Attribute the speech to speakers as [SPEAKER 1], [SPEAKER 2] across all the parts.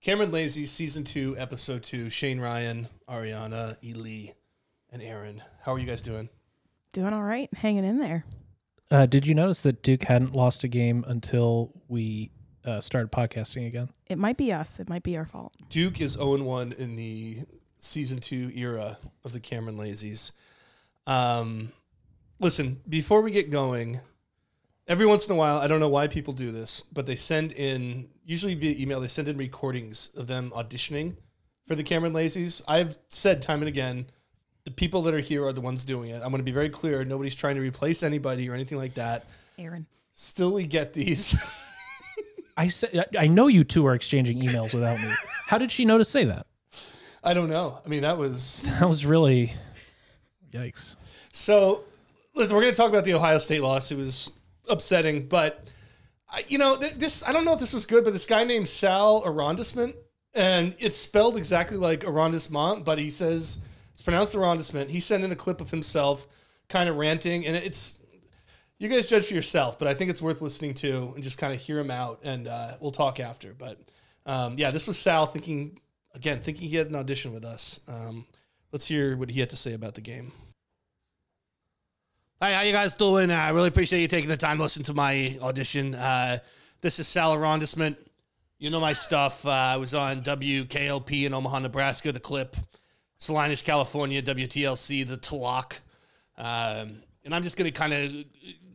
[SPEAKER 1] Cameron Lazy, season two, episode two. Shane Ryan, Ariana, Eli, and Aaron. How are you guys doing?
[SPEAKER 2] Doing all right, hanging in there.
[SPEAKER 3] Uh, did you notice that Duke hadn't lost a game until we uh, started podcasting again?
[SPEAKER 2] It might be us. It might be our fault.
[SPEAKER 1] Duke is 0 1 in the season two era of the Cameron Lazies. Um, listen, before we get going, every once in a while, I don't know why people do this, but they send in, usually via email, they send in recordings of them auditioning for the Cameron Lazies. I've said time and again, the people that are here are the ones doing it. I'm going to be very clear. Nobody's trying to replace anybody or anything like that.
[SPEAKER 2] Aaron.
[SPEAKER 1] Still, we get these.
[SPEAKER 3] I said, I know you two are exchanging emails without me. How did she know to say that?
[SPEAKER 1] I don't know. I mean, that was
[SPEAKER 3] That was really, yikes.
[SPEAKER 1] So, listen, we're going to talk about the Ohio State loss. It was upsetting, but I, you know, th- this I don't know if this was good, but this guy named Sal Arrondissement, and it's spelled exactly like arrondissement, but he says it's pronounced arrondissement. He sent in a clip of himself kind of ranting, and it's you guys judge for yourself, but I think it's worth listening to and just kind of hear him out, and uh, we'll talk after. But um, yeah, this was Sal thinking again, thinking he had an audition with us. Um, let's hear what he had to say about the game. Hi, how you guys doing? Uh, I really appreciate you taking the time to listen to my audition. Uh, this is Sal Arrondissement. You know my stuff. Uh, I was on WKLP in Omaha, Nebraska, The Clip, Salinas, California, WTLC, The Tlaloc. Um, and I'm just going to kind of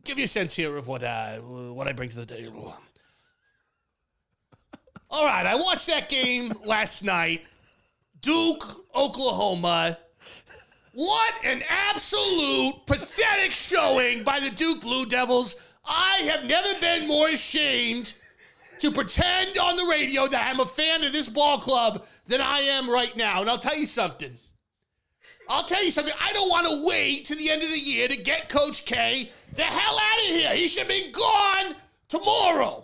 [SPEAKER 1] give you a sense here of what, uh, what I bring to the table. All right, I watched that game last night. Duke, Oklahoma. What an absolute pathetic showing by the Duke Blue Devils. I have never been more ashamed to pretend on the radio that I'm a fan of this ball club than I am right now. And I'll tell you something. I'll tell you something. I don't want to wait to the end of the year to get Coach K the hell out of here. He should be gone tomorrow.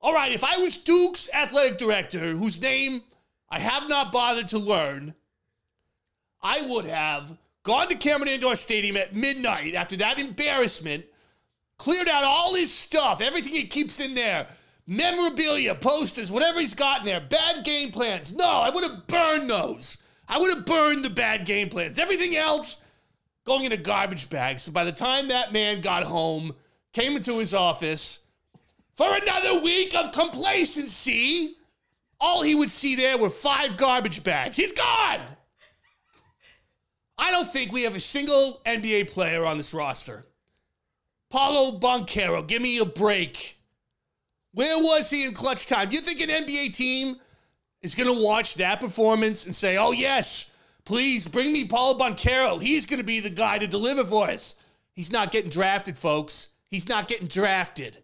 [SPEAKER 1] All right, if I was Duke's athletic director, whose name I have not bothered to learn, I would have gone to Cameron Indoor Stadium at midnight after that embarrassment, cleared out all his stuff, everything he keeps in there, memorabilia, posters, whatever he's got in there, bad game plans. No, I would have burned those. I would have burned the bad game plans. Everything else going in a garbage bag. So by the time that man got home, came into his office for another week of complacency, all he would see there were five garbage bags. He's gone. I don't think we have a single NBA player on this roster. Paulo Boncaro, give me a break. Where was he in clutch time? You think an NBA team is going to watch that performance and say, oh, yes, please bring me Paulo Boncaro. He's going to be the guy to deliver for us. He's not getting drafted, folks. He's not getting drafted.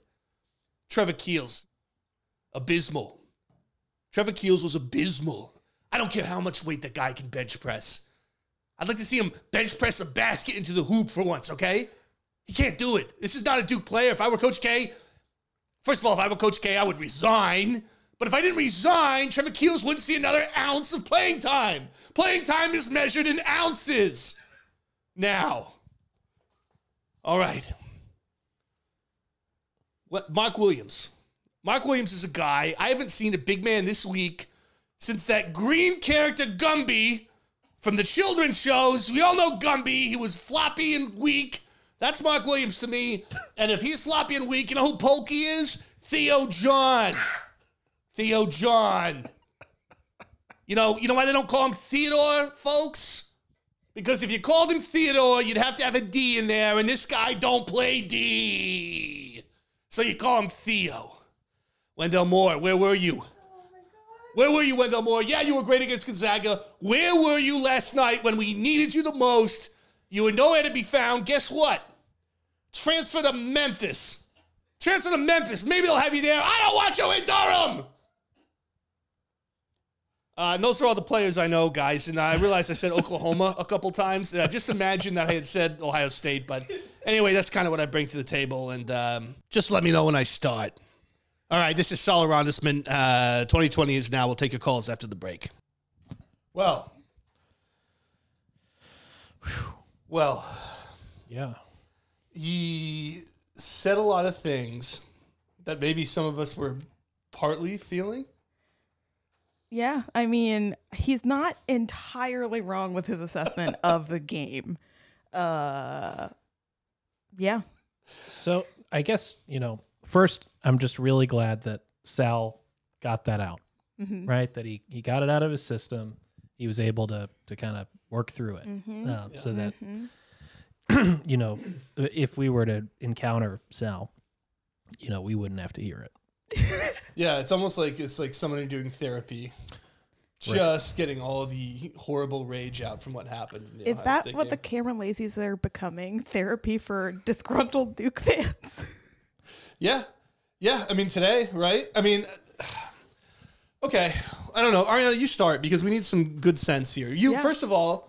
[SPEAKER 1] Trevor Keels, abysmal. Trevor Keels was abysmal. I don't care how much weight that guy can bench press. I'd like to see him bench press a basket into the hoop for once, okay? He can't do it. This is not a Duke player. If I were Coach K, first of all, if I were Coach K, I would resign. But if I didn't resign, Trevor Keels wouldn't see another ounce of playing time. Playing time is measured in ounces. Now. All right. What Mark Williams. Mark Williams is a guy. I haven't seen a big man this week since that green character Gumby from the children's shows. We all know Gumby. He was floppy and weak. That's Mark Williams to me. And if he's floppy and weak, you know who Pokey is? Theo John. Theo John. You know, you know why they don't call him Theodore, folks? Because if you called him Theodore, you'd have to have a D in there, and this guy don't play D. So you call him Theo. Wendell Moore, where were you? Where were you, Wendell Moore? Yeah, you were great against Gonzaga. Where were you last night when we needed you the most? You were nowhere to be found. Guess what? Transfer to Memphis. Transfer to Memphis. Maybe they'll have you there. I don't want you in Durham. Uh, and those are all the players I know, guys. And I realized I said Oklahoma a couple times. Uh, just imagine that I had said Ohio State. But anyway, that's kind of what I bring to the table. And um, just let me know when I start. All right, this is Sal Arondisman. Uh, 2020 is now. We'll take your calls after the break. Well, well,
[SPEAKER 3] Yeah.
[SPEAKER 1] he said a lot of things that maybe some of us were partly feeling,
[SPEAKER 2] Yeah, I mean, he's not entirely wrong with his assessment of the game. Uh, yeah,
[SPEAKER 3] So I guess, you know, first, I'm just really glad that Sal got that out,
[SPEAKER 2] Mhm.
[SPEAKER 3] right? That he, he got it out of his system. He was able to, to kind of work through it
[SPEAKER 2] Mhm.
[SPEAKER 3] um, so that
[SPEAKER 2] Mhm.
[SPEAKER 3] you know, if we were to encounter Sal, you know, we wouldn't have to hear it.
[SPEAKER 4] Yeah, it's almost like it's like somebody doing therapy. Just getting all the horrible rage out from what happened. In the
[SPEAKER 2] is
[SPEAKER 4] Ohio
[SPEAKER 2] that
[SPEAKER 4] State
[SPEAKER 2] what the
[SPEAKER 4] game.
[SPEAKER 2] camera lazies are becoming? Therapy for disgruntled Duke fans.
[SPEAKER 4] Yeah, yeah. I mean today, right? I mean, okay. I don't know, Ariana. You start because we need some good sense here. You
[SPEAKER 2] Yeah.
[SPEAKER 4] first of all,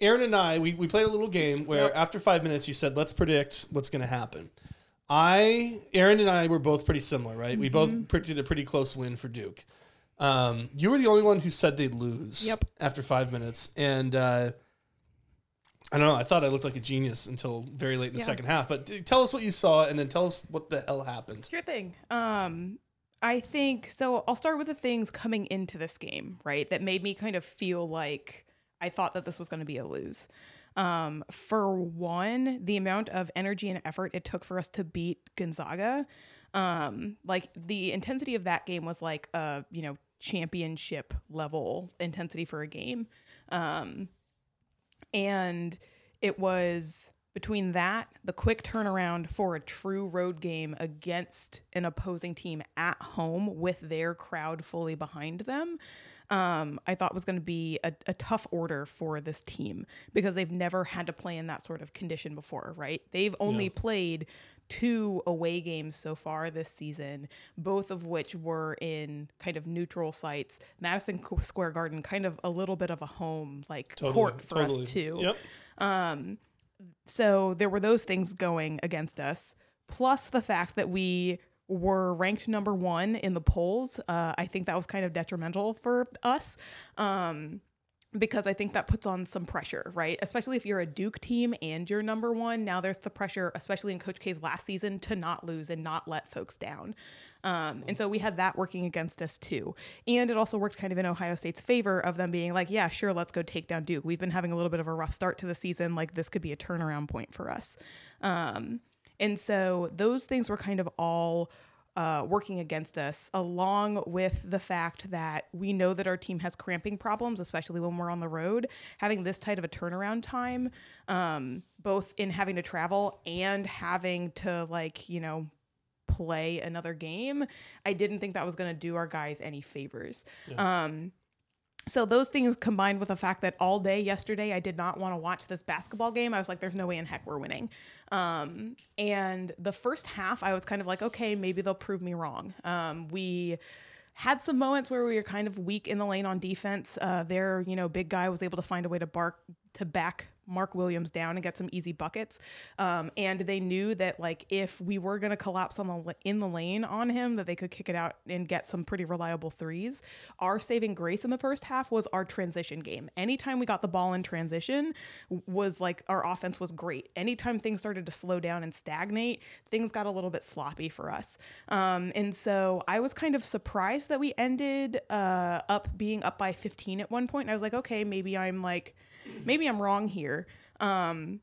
[SPEAKER 4] Aaron and I, we we played a little game where after five minutes, you said, "Let's predict what's going to happen." I, Aaron, and I were both pretty similar, right? We
[SPEAKER 2] Mm-hmm.
[SPEAKER 4] both predicted a pretty close win for Duke. Um, you were the only one who said they'd lose
[SPEAKER 2] Yep.
[SPEAKER 4] after five minutes, and uh, I don't know. I thought I looked like a genius until very late in the
[SPEAKER 2] Yeah.
[SPEAKER 4] second half. But d- tell us what you saw, and then tell us what the hell happened.
[SPEAKER 2] Sure thing. Um, I think so. I'll start with the things coming into this game, right? That made me kind of feel like I thought that this was going to be a lose. Um, for one, the amount of energy and effort it took for us to beat Gonzaga, um, like the intensity of that game was like a you know championship level intensity for a game. Um, and it was between that the quick turnaround for a true road game against an opposing team at home with their crowd fully behind them um, i thought was going to be a, a tough order for this team because they've never had to play in that sort of condition before right they've only played two away games so far this season both of which were in kind of neutral sites madison square garden kind of a little bit of a home like court for us too
[SPEAKER 4] Yep.
[SPEAKER 2] so there were those things going against us, plus the fact that we were ranked number one in the polls. Uh, I think that was kind of detrimental for us. Um, because I think that puts on some pressure, right? Especially if you're a Duke team and you're number one. Now there's the pressure, especially in Coach K's last season, to not lose and not let folks down. Um, and so we had that working against us too. And it also worked kind of in Ohio State's favor of them being like, yeah, sure, let's go take down Duke. We've been having a little bit of a rough start to the season. Like this could be a turnaround point for us. Um, and so those things were kind of all uh, working against us, along with the fact that we know that our team has cramping problems, especially when we're on the road. Having this tight of a turnaround time, um, both in having to travel and having to, like, you know, play another game, I didn't think that was going to do our guys any favors. Um, so those things combined with the fact that all day yesterday I did not want to watch this basketball game. I was like, there's no way in heck we're winning. Um, and the first half, I was kind of like, okay, maybe they'll prove me wrong. Um, we had some moments where we were kind of weak in the lane on defense. Uh, their you know big guy was able to find a way to bark to back Mark Williams down and get some easy buckets. Um, and they knew that like if we were going to collapse on the la- in the lane on him, that they could kick it out and get some pretty reliable threes. Our saving grace in the first half was our transition game. Anytime we got the ball in transition, w- was like our offense was great. Anytime things started to slow down and stagnate, things got a little bit sloppy for us. Um, and so I was kind of surprised that we ended uh, up being up by 15 at one point. And I was like, okay, maybe I'm like, maybe I'm wrong here. Um,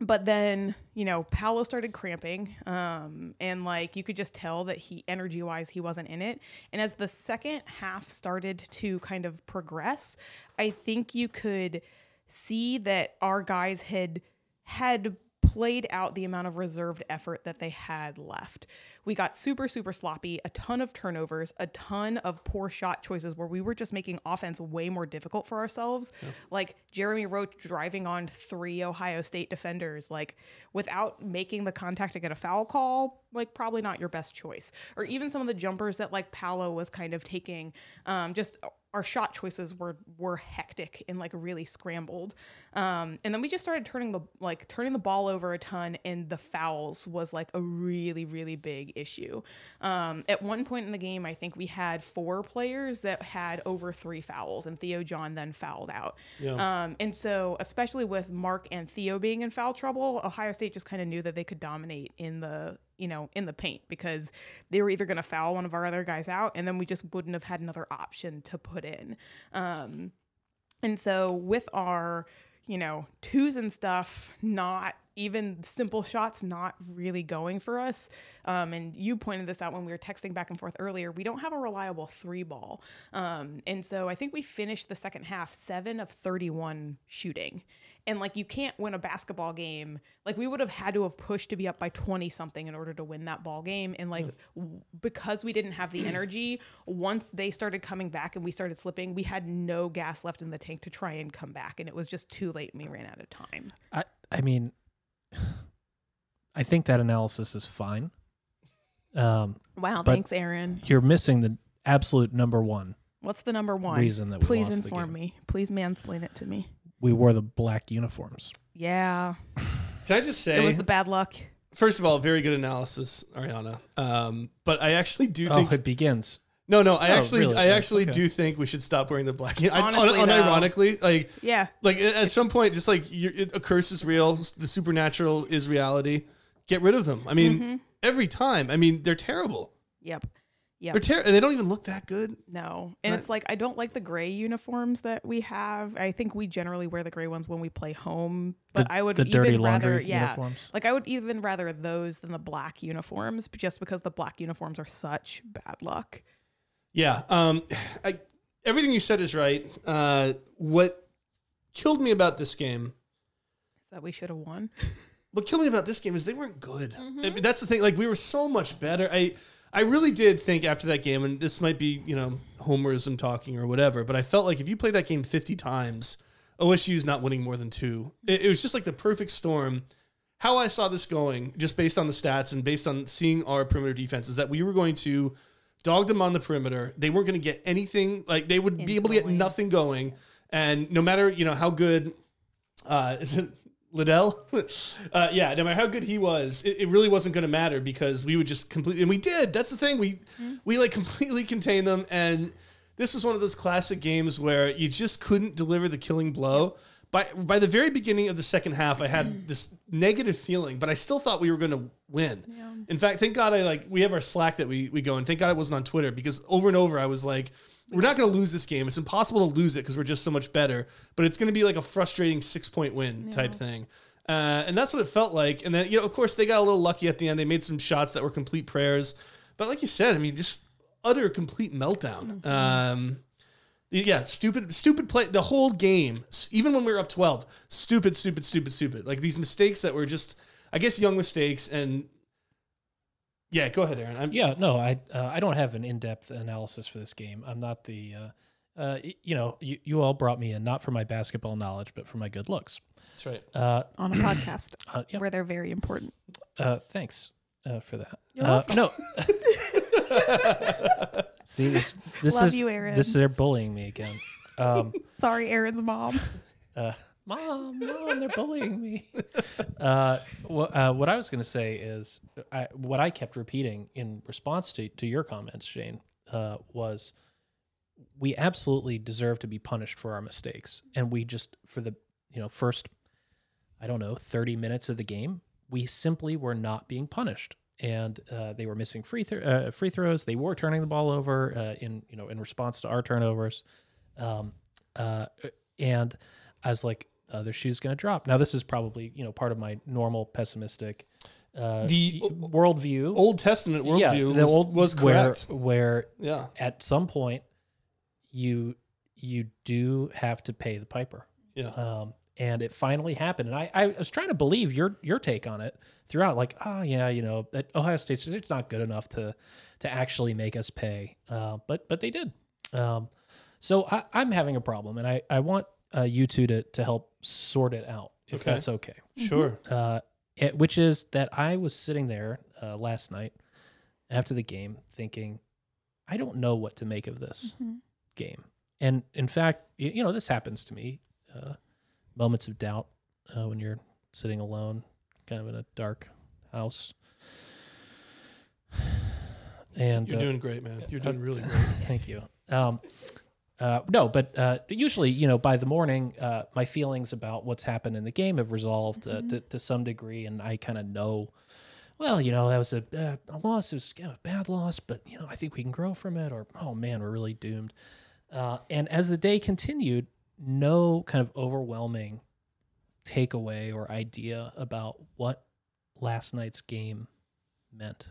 [SPEAKER 2] but then you know paolo started cramping um, and like you could just tell that he energy wise he wasn't in it and as the second half started to kind of progress i think you could see that our guys had had played out the amount of reserved effort that they had left. We got super, super sloppy, a ton of turnovers, a ton of poor shot choices where we were just making offense way more difficult for ourselves. Like Jeremy Roach driving on three Ohio State defenders, like without making the contact to get a foul call, like probably not your best choice. Or even some of the jumpers that like Paolo was kind of taking, um, just our shot choices were were hectic and like really scrambled. Um, and then we just started turning the like turning the ball over a ton, and the fouls was like a really really big issue. Um, at one point in the game, I think we had four players that had over three fouls, and Theo John then fouled out. Um, and so especially with Mark and Theo being in foul trouble, Ohio State just kind of knew that they could dominate in the you know, in the paint because they were either going to foul one of our other guys out and then we just wouldn't have had another option to put in. Um, and so with our, you know, twos and stuff, not even simple shots not really going for us. Um, and you pointed this out when we were texting back and forth earlier. We don't have a reliable three ball. Um, and so I think we finished the second half seven of 31 shooting. And like you can't win a basketball game. Like we would have had to have pushed to be up by 20 something in order to win that ball game. And like w- because we didn't have the energy, once they started coming back and we started slipping, we had no gas left in the tank to try and come back. And it was just too late and we ran out of time.
[SPEAKER 3] I I mean, I think that analysis is fine. Um,
[SPEAKER 2] Wow,
[SPEAKER 3] But-
[SPEAKER 2] thanks, Aaron.
[SPEAKER 3] you're missing the absolute number one.
[SPEAKER 2] What's the number one
[SPEAKER 3] Reason that we
[SPEAKER 2] Please
[SPEAKER 3] lost the
[SPEAKER 2] inform
[SPEAKER 3] game.
[SPEAKER 2] me. Please mansplain it to me.
[SPEAKER 3] We wore the black uniforms.
[SPEAKER 2] Yeah,
[SPEAKER 1] Can I just say,
[SPEAKER 2] it was the bad luck.
[SPEAKER 1] first of all, very good analysis, Ariana. Um, but I actually do
[SPEAKER 3] Oh,
[SPEAKER 1] think
[SPEAKER 3] it begins.
[SPEAKER 1] no, no. I
[SPEAKER 3] Oh,
[SPEAKER 1] actually,
[SPEAKER 3] really?
[SPEAKER 1] I
[SPEAKER 3] Yeah,
[SPEAKER 1] actually
[SPEAKER 3] okay.
[SPEAKER 1] do think we should stop wearing the black. I, un-
[SPEAKER 2] Honestly, though.
[SPEAKER 1] unironically, like
[SPEAKER 2] Yeah,
[SPEAKER 1] like at at some point just like you it, a curse is real the supernatural is reality get rid of them i mean every time i mean they're terrible
[SPEAKER 2] yep, yep.
[SPEAKER 1] they're terrible and they don't even look that good
[SPEAKER 2] No, and it's like I don't like the gray uniforms that we have. I think we generally wear the gray ones when we play home, but
[SPEAKER 3] The-
[SPEAKER 2] I would
[SPEAKER 3] the dirty
[SPEAKER 2] even rather,
[SPEAKER 3] laundry
[SPEAKER 2] yeah,
[SPEAKER 3] uniforms.
[SPEAKER 2] like I would even rather those than the black uniforms, but just because the black uniforms are such bad luck.
[SPEAKER 1] yeah um I, everything you said is right uh what killed me about this game
[SPEAKER 2] That we should have won.
[SPEAKER 1] what killed me about this game is they weren't good. I mean, that's the thing. Like we were so much better. I I really did think after that game, and this might be you know homerism talking or whatever, but I felt like if you play that game fifty times, OSU's not winning more than two. It, it was just like the perfect storm. How I saw this going, just based on the stats and based on seeing our perimeter defense, is that we were going to dog them on the perimeter. They weren't going to get anything. Like they would be able to get
[SPEAKER 2] Going.
[SPEAKER 1] nothing going. And no matter you know how good uh, is it Liddell? uh, yeah, no matter how good he was, it, it really wasn't going to matter because we would just completely, and we did. That's the thing. We we like completely contained them, and this was one of those classic games where you just couldn't deliver the killing blow. By by the very beginning of the second half, I had this negative feeling, but I still thought we were going to win. In fact, thank God I like we have our Slack that we we go, and thank God it wasn't on Twitter because over and over I was like. We're not going to lose this game. It's impossible to lose it because we're just so much better. But it's going to be like a frustrating six point win type thing, uh, and that's what it felt like. And then you know, of course, they got a little lucky at the end. They made some shots that were complete prayers. But like you said, I mean, just utter complete meltdown. Um, yeah, stupid, stupid play. The whole game, s- even when we were up twelve, stupid, stupid, stupid, stupid. Like these mistakes that were just, I guess, young mistakes. And yeah, go ahead, Aaron. I'm,
[SPEAKER 3] Yeah, no, I uh, I don't have an in-depth analysis for this game. I'm not the uh, uh, y- you know, you, you all brought me in not for my basketball knowledge, but for my good looks.
[SPEAKER 1] that's right.
[SPEAKER 3] Uh,
[SPEAKER 2] on a podcast
[SPEAKER 3] uh, yeah,
[SPEAKER 2] where they're very important.
[SPEAKER 3] uh, thanks uh, for that.
[SPEAKER 2] You're
[SPEAKER 3] uh, no. See this. This
[SPEAKER 2] Love
[SPEAKER 3] is
[SPEAKER 2] you, Aaron.
[SPEAKER 3] this. They're bullying me again. Um,
[SPEAKER 2] Sorry, Aaron's mom.
[SPEAKER 3] uh, mom, mom, they're bullying me. Uh, wha- uh, what I was going to say is, I, what I kept repeating in response to, to your comments, Shane, uh, was we absolutely deserve to be punished for our mistakes, and we just for the you know first, I don't know, thirty minutes of the game, we simply were not being punished. And uh, they were missing free thro- uh, free throws. They were turning the ball over uh, in you know in response to our turnovers um, uh, and I was like, the other shoe's going to drop. Now, this is probably you know part of my normal pessimistic uh,
[SPEAKER 1] The-
[SPEAKER 3] y- worldview.
[SPEAKER 1] Old Testament worldview
[SPEAKER 3] yeah, the
[SPEAKER 1] was,
[SPEAKER 3] old-
[SPEAKER 1] was
[SPEAKER 3] where-
[SPEAKER 1] correct.
[SPEAKER 3] Where,
[SPEAKER 1] yeah.
[SPEAKER 3] at some point you you do have to pay the piper.
[SPEAKER 1] Yeah.
[SPEAKER 3] Um, and it finally happened, and I, I was trying to believe your your take on it throughout. Like, ah, yeah, you know, that Ohio State's it's not good enough to to actually make us pay, uh, but but they did. Um, so I, I'm having a problem, and I I want uh, you two to to help sort it out if
[SPEAKER 1] Okay.
[SPEAKER 3] that's okay
[SPEAKER 1] Sure.
[SPEAKER 3] uh, it- which is that I was sitting there uh, last night after the game thinking, I don't know what to make of this game. And in fact, you, you know, this happens to me uh, moments of doubt uh, when you're sitting alone, kind of in a dark house. And
[SPEAKER 1] You're
[SPEAKER 3] uh,
[SPEAKER 1] doing great, man. You're doing really great.
[SPEAKER 3] Thank you. Um, uh, no, but uh, usually, you know, by the morning, uh, my feelings about what's happened in the game have resolved uh, to, to some degree, and I kind of know well, you know, that was a, uh, a loss. It was kind of a bad loss, but, you know, I think we can grow from it. Or, oh man, we're really doomed. Uh, and as the day continued, no kind of overwhelming takeaway or idea about what last night's game meant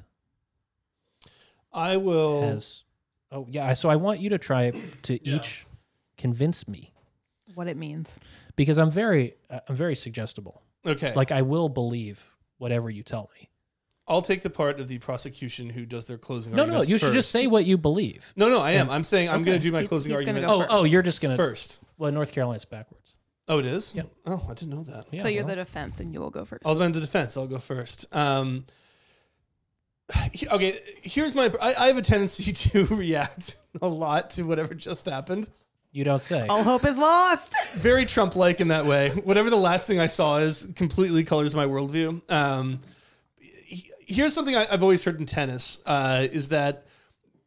[SPEAKER 1] I will.
[SPEAKER 3] has. Oh, yeah. So I want you to try to each convince me
[SPEAKER 2] What it means.
[SPEAKER 3] because I'm very, uh, I'm very suggestible.
[SPEAKER 1] Okay.
[SPEAKER 3] Like I will believe whatever you tell me.
[SPEAKER 1] I'll take the part of the prosecution who does their closing
[SPEAKER 3] No, no,
[SPEAKER 1] arguments
[SPEAKER 3] you should
[SPEAKER 1] first.
[SPEAKER 3] just say what you believe.
[SPEAKER 1] No, no, I am. I'm saying I'm going to do my
[SPEAKER 2] He's-
[SPEAKER 1] closing
[SPEAKER 2] he's gonna
[SPEAKER 1] argument
[SPEAKER 2] go
[SPEAKER 3] Oh, oh,
[SPEAKER 2] first.
[SPEAKER 3] you're just gonna.
[SPEAKER 1] first.
[SPEAKER 3] Well, North Carolina's backwards.
[SPEAKER 1] Oh, it is?
[SPEAKER 3] Yep.
[SPEAKER 1] Oh, I didn't know that.
[SPEAKER 3] Yeah,
[SPEAKER 2] so you're
[SPEAKER 3] well,
[SPEAKER 2] the defense and you will go first.
[SPEAKER 1] I'll bend the defense. I'll go first. Um, he- okay, here's my. I, I have a tendency to react a lot to whatever just happened.
[SPEAKER 3] you don't say.
[SPEAKER 2] All hope is lost.
[SPEAKER 1] Very Trump like in that way. Whatever the last thing I saw is completely colors my worldview. Um, he- here's something I, I've always heard in tennis uh, is that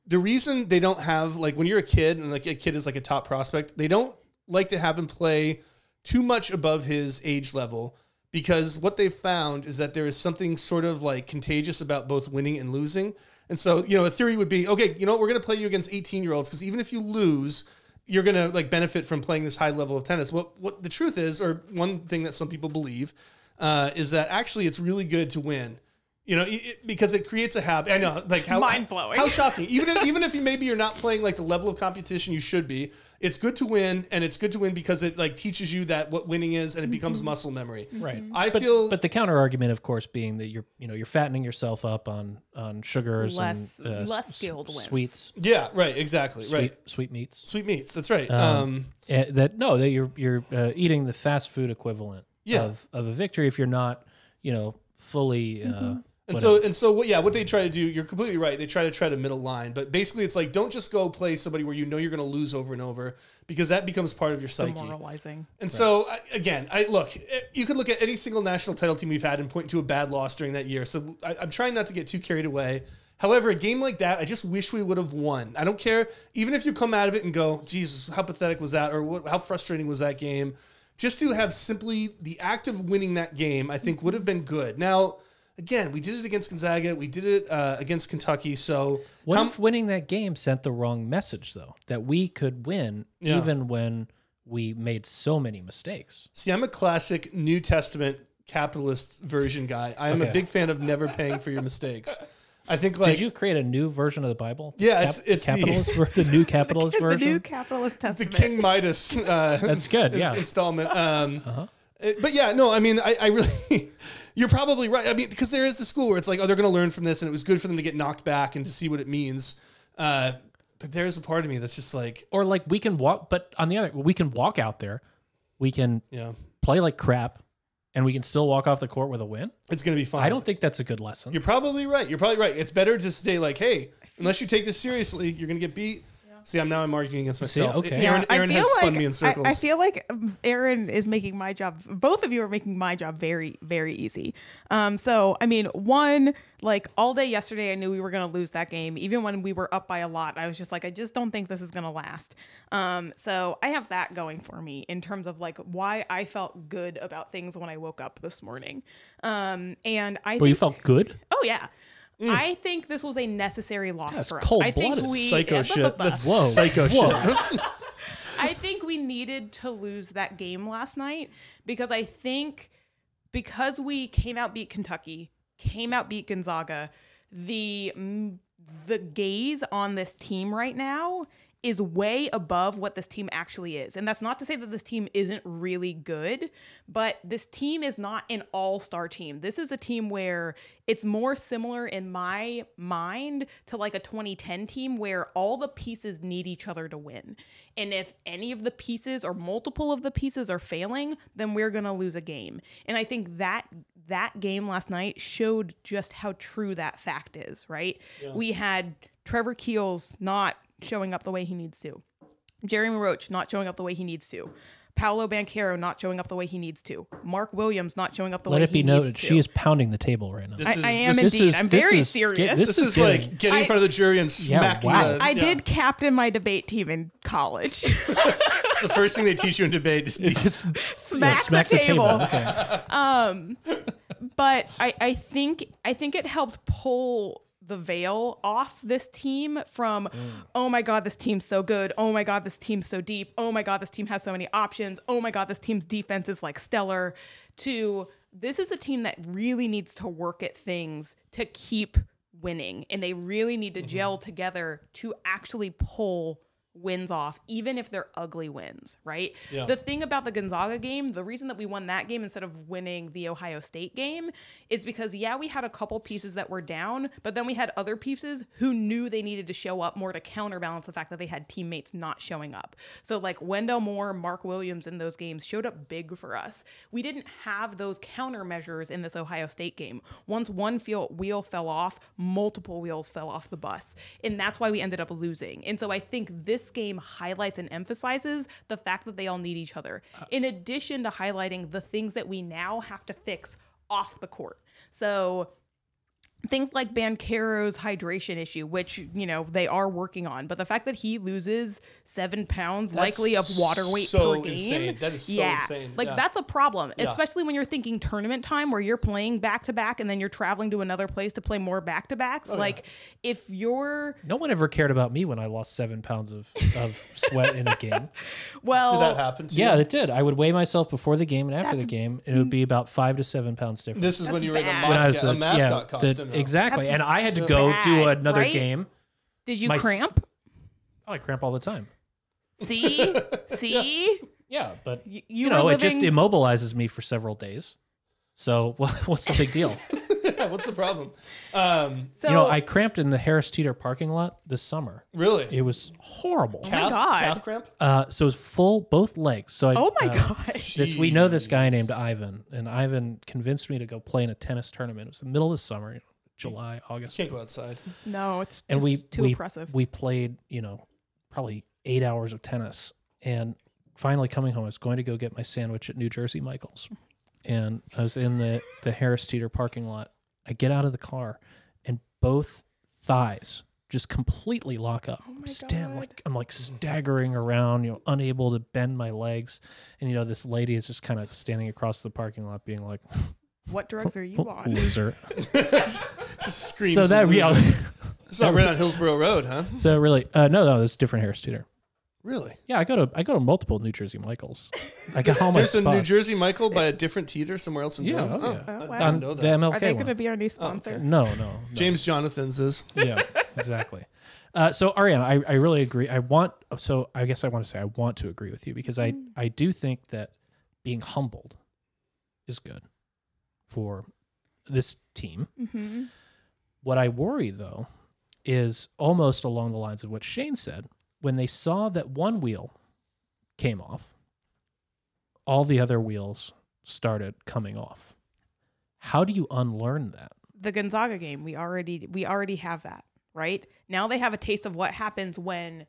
[SPEAKER 1] the reason they don't have like when you're a kid and like a kid is like a top prospect, they don't like to have him play too much above his age level because what they've found is that there is something sort of like contagious about both winning and losing. And so, you know, a theory would be, okay, you know, what, we're going to play you against 18 year olds because even if you lose, you're going to like benefit from playing this high level of tennis. What what the truth is, or one thing that some people believe, uh, is that actually it's really good to win. You know, it, it- because it creates a habit. I know, like how
[SPEAKER 2] Mind-blowing.
[SPEAKER 1] How shocking! Even if, even if you maybe you're not playing like the level of competition you should be, it's good to win, and it's good to win because it like teaches you that what winning is, and it becomes muscle memory.
[SPEAKER 3] right.
[SPEAKER 1] I
[SPEAKER 3] But,
[SPEAKER 1] feel
[SPEAKER 3] but the counter argument, of course, being that you're you know you're fattening yourself up on on sugars
[SPEAKER 2] Less-
[SPEAKER 3] and uh, s-
[SPEAKER 2] less
[SPEAKER 3] s-
[SPEAKER 2] skilled wins.
[SPEAKER 3] sweets,
[SPEAKER 1] yeah, right, exactly, right.
[SPEAKER 3] sweet, sweetmeats.
[SPEAKER 1] Sweet meats, that's right. Um,
[SPEAKER 3] Um, Uh, that no, that you're you're uh, eating the fast food equivalent
[SPEAKER 1] Yeah.
[SPEAKER 3] of of a victory if you're not you know fully. Uh,
[SPEAKER 2] Mm-hmm.
[SPEAKER 1] and
[SPEAKER 3] whatever.
[SPEAKER 1] so and so what? Yeah, what they try to do. You're completely right. They try to tread a middle line, but basically, it's like don't just go play somebody where you know you're going to lose over and over because that becomes part of your psyche.
[SPEAKER 2] Demoralizing.
[SPEAKER 1] And so I, again, I look. eh, You could look at any single national title team we've had and point to a bad loss during that year. So I, I'm trying not to get too carried away. However, a game like that, I just wish we would have won. I don't care, even if you come out of it and go, "Jesus, how pathetic was that?" or what, "How frustrating was that game?" Just to have simply the act of winning that game, I think would have been good. Now, again, we did it against Gonzaga, we did it uh, against Kentucky, so
[SPEAKER 3] What
[SPEAKER 1] how-
[SPEAKER 3] if winning that game sent the wrong message, though? That we could win
[SPEAKER 1] Yeah.
[SPEAKER 3] even when we made so many mistakes.
[SPEAKER 1] See, I'm a classic New Testament capitalist version guy. I'm a
[SPEAKER 3] Okay.
[SPEAKER 1] big fan of never paying for your mistakes. I think like
[SPEAKER 3] Did you create a new version of the Bible?
[SPEAKER 1] Yeah, it's- it's the-
[SPEAKER 3] capitalist ver- the, new capitalist
[SPEAKER 2] The
[SPEAKER 3] version.
[SPEAKER 2] new capitalist
[SPEAKER 1] the
[SPEAKER 2] testament.
[SPEAKER 1] King Midas uh,
[SPEAKER 3] That's Uh-huh. good. Yeah,
[SPEAKER 1] installment. Um, it- But yeah, no, I mean, I, I really, you're probably right. I mean, because there is the school where it's like, oh, they're going to learn from this, and it was good for them to get knocked back and to see what it means. Uh, but there is a part of me that's just like,
[SPEAKER 3] or like we can walk, but on the other, we can walk out there, we can
[SPEAKER 1] you know,
[SPEAKER 3] play like crap, and we can still walk off the court with a win.
[SPEAKER 1] it's going to be fine.
[SPEAKER 3] I don't think that's a good lesson.
[SPEAKER 1] You're probably right. You're probably right. It's better to stay like, hey, unless you take this seriously, you're going to get beat. See, I'm now I'm arguing against myself.
[SPEAKER 3] okay.
[SPEAKER 1] Aaron,
[SPEAKER 2] I
[SPEAKER 1] Aaron
[SPEAKER 2] feel
[SPEAKER 1] has spun
[SPEAKER 2] like-
[SPEAKER 1] me in
[SPEAKER 2] I-
[SPEAKER 1] circles.
[SPEAKER 2] I, feel like um, Aaron is making my job. Both of you are making my job very, very easy. Um, so I mean, one like all day yesterday, I knew we were gonna lose that game. Even when we were up by a lot, I was just like, I just don't think this is gonna last. Um, so I have that going for me in terms of like why I felt good about things when I woke up this morning. Um, and I
[SPEAKER 3] Well, you
[SPEAKER 2] think-
[SPEAKER 3] felt good.
[SPEAKER 2] oh yeah.
[SPEAKER 1] Mm.
[SPEAKER 2] I think this was a necessary loss
[SPEAKER 3] That's
[SPEAKER 2] for us. I think
[SPEAKER 3] cold-blooded.
[SPEAKER 2] we
[SPEAKER 1] psycho
[SPEAKER 2] yeah, blah, blah,
[SPEAKER 1] shit.
[SPEAKER 2] blah.
[SPEAKER 1] That's
[SPEAKER 3] Whoa.
[SPEAKER 1] psycho
[SPEAKER 3] Whoa.
[SPEAKER 1] shit.
[SPEAKER 2] I think we needed to lose that game last night because I think because we came out beat Kentucky, came out beat Gonzaga, the mm, the gaze on this team right now is way above what this team actually is. And that's not to say that this team isn't really good, but this team is not an all-star team. This is a team where it's more similar in my mind to like a 2010 team where all the pieces need each other to win. And if any of the pieces or multiple of the pieces are failing, then we're going to lose a game. And I think that that game last night showed just how true that fact is, right? We had Trevor Keels not showing up the way he needs to. Jeremy Roach not showing up the way he needs to. Paolo Banquero not showing up the way he needs to. Mark Williams not showing up the
[SPEAKER 3] Let
[SPEAKER 2] way
[SPEAKER 3] it
[SPEAKER 2] he
[SPEAKER 3] be
[SPEAKER 2] needs
[SPEAKER 3] noted,
[SPEAKER 2] to.
[SPEAKER 3] she is pounding the table right now.
[SPEAKER 1] This
[SPEAKER 2] I,
[SPEAKER 1] is-
[SPEAKER 2] I am
[SPEAKER 1] this
[SPEAKER 3] is-
[SPEAKER 2] indeed.
[SPEAKER 3] this
[SPEAKER 2] I'm
[SPEAKER 3] is-
[SPEAKER 2] very
[SPEAKER 3] this
[SPEAKER 2] serious.
[SPEAKER 1] This
[SPEAKER 3] This
[SPEAKER 1] is
[SPEAKER 3] is
[SPEAKER 1] like
[SPEAKER 3] getting-
[SPEAKER 1] getting in
[SPEAKER 2] I-
[SPEAKER 1] front of the jury and smacking
[SPEAKER 3] wow.
[SPEAKER 1] the.
[SPEAKER 2] I
[SPEAKER 1] Uh, yeah.
[SPEAKER 2] did captain my debate team in college.
[SPEAKER 1] It's the first thing they teach you in debate. Is
[SPEAKER 3] It's just- yeah,
[SPEAKER 2] smack, the, table.
[SPEAKER 3] Okay.
[SPEAKER 2] Um, but I, I think I think it helped pull the veil off this team from oh my god this team's so good oh my god this team's so deep oh my god this team has so many options oh my god this team's defense is like stellar to this is a team that really needs to work at things to keep winning and they really need to gel together to actually pull wins off, even if they're ugly wins, right? The thing about the Gonzaga game, the reason that we won that game instead of winning the Ohio State game is because, yeah, we had a couple pieces that were down, but then we had other pieces who knew they needed to show up more to counterbalance the fact that they had teammates not showing up. So, like Wendell Moore, Mark Williams in those games showed up big for us. We didn't have those countermeasures in this Ohio State game. Once one feel, wheel fell off, multiple wheels fell off the bus. And that's why we ended up losing. And so I think this game highlights and emphasizes the fact that they all need each other, in addition to highlighting the things that we now have to fix off the court. So things like Bancaro's hydration issue, which you know they are working on, but the fact that he loses seven pounds likely of water weight
[SPEAKER 1] so
[SPEAKER 2] per game,
[SPEAKER 1] insane. That is so
[SPEAKER 2] yeah,
[SPEAKER 1] insane.
[SPEAKER 2] like
[SPEAKER 1] Yeah.
[SPEAKER 2] that's a problem, especially when you're thinking tournament time where you're playing back to back and then you're traveling to another place to play more back to
[SPEAKER 1] Oh,
[SPEAKER 2] backs. like if you're
[SPEAKER 3] No one ever cared about me when I lost seven pounds of, of sweat in a game.
[SPEAKER 2] well,
[SPEAKER 1] Did that happen to you?
[SPEAKER 3] Yeah, it did. I would weigh myself before the game and after
[SPEAKER 2] That's-
[SPEAKER 3] the game, and it would be about five to seven pounds different.
[SPEAKER 1] This is when
[SPEAKER 2] That's
[SPEAKER 1] you were in a,
[SPEAKER 2] bad.
[SPEAKER 3] When I
[SPEAKER 1] mascot,
[SPEAKER 3] was
[SPEAKER 1] a
[SPEAKER 3] the-
[SPEAKER 1] mascot
[SPEAKER 3] yeah, the-
[SPEAKER 1] costume.
[SPEAKER 3] exactly.
[SPEAKER 2] That's
[SPEAKER 3] and I had to go
[SPEAKER 2] bad,
[SPEAKER 3] do another
[SPEAKER 2] right?
[SPEAKER 3] game.
[SPEAKER 2] did you
[SPEAKER 3] my s-
[SPEAKER 2] cramp?
[SPEAKER 3] Oh, I cramp all the time.
[SPEAKER 2] See, see,
[SPEAKER 3] Yeah, but
[SPEAKER 2] Y-
[SPEAKER 3] you,
[SPEAKER 2] you were
[SPEAKER 3] know, it just
[SPEAKER 2] living-
[SPEAKER 3] immobilizes me for several days. So wha- what's the big deal?
[SPEAKER 1] Yeah, what's the problem? Um,
[SPEAKER 2] so
[SPEAKER 3] you know, I cramped in the Harris Teeter parking lot this summer.
[SPEAKER 1] really?
[SPEAKER 3] It was horrible.
[SPEAKER 1] calf,
[SPEAKER 2] Oh God.
[SPEAKER 1] calf cramp?
[SPEAKER 3] Uh, so it was full both legs. So I,
[SPEAKER 2] oh my
[SPEAKER 3] uh,
[SPEAKER 2] gosh,
[SPEAKER 3] This, we know this guy named Ivan, and Ivan convinced me to go play in a tennis tournament. It was the middle of the summer, you know, July, August,
[SPEAKER 1] Can't go outside.
[SPEAKER 2] no, it's
[SPEAKER 3] and we
[SPEAKER 2] too
[SPEAKER 3] we
[SPEAKER 2] oppressive.
[SPEAKER 3] we played, you know, probably eight hours of tennis. And finally, coming home, I was going to go get my sandwich at New Jersey Michaels, and I was in the the Harris Teeter parking lot. I get out of the car, and both thighs just completely lock
[SPEAKER 2] Oh
[SPEAKER 3] up. I'm, sta- I'm like I'm like staggering around, you know, unable to bend my legs, and you know this lady is just kind of standing across the parking lot, being like, "Oh,
[SPEAKER 2] what drugs are you on?
[SPEAKER 3] "Loser."
[SPEAKER 1] Just screams.
[SPEAKER 3] so that
[SPEAKER 1] loser.
[SPEAKER 3] yeah,
[SPEAKER 1] It's not right on Hillsborough Road, huh?
[SPEAKER 3] so really, uh, no, no, it's different Harris Teeter.
[SPEAKER 1] Really?
[SPEAKER 3] Yeah, I go to I go to multiple New Jersey Michaels. I got all my
[SPEAKER 1] There's a New
[SPEAKER 3] spots.
[SPEAKER 1] Jersey Michael by a different teeter somewhere else in
[SPEAKER 3] Yeah,
[SPEAKER 1] town.
[SPEAKER 3] oh,
[SPEAKER 1] I
[SPEAKER 3] yeah.
[SPEAKER 2] Oh,
[SPEAKER 1] didn't
[SPEAKER 2] wow.
[SPEAKER 3] on
[SPEAKER 1] know that.
[SPEAKER 3] the MLK
[SPEAKER 2] Are they
[SPEAKER 3] one.
[SPEAKER 2] going to be our new sponsor?
[SPEAKER 3] No, no, no.
[SPEAKER 1] James Jonathan's is.
[SPEAKER 3] yeah, exactly. Uh, so Ariana, I, I really agree. I want so I guess I want to say I want to agree with you because I
[SPEAKER 2] Mm.
[SPEAKER 3] I do think that being humbled is good for this team.
[SPEAKER 2] Mm-hmm.
[SPEAKER 3] What I worry though is almost along the lines of what Shane said when they saw that one wheel came off, all the other wheels started coming off. How do you unlearn that?
[SPEAKER 2] the Gonzaga game, we already we already have that, right? Now they have a taste of what happens when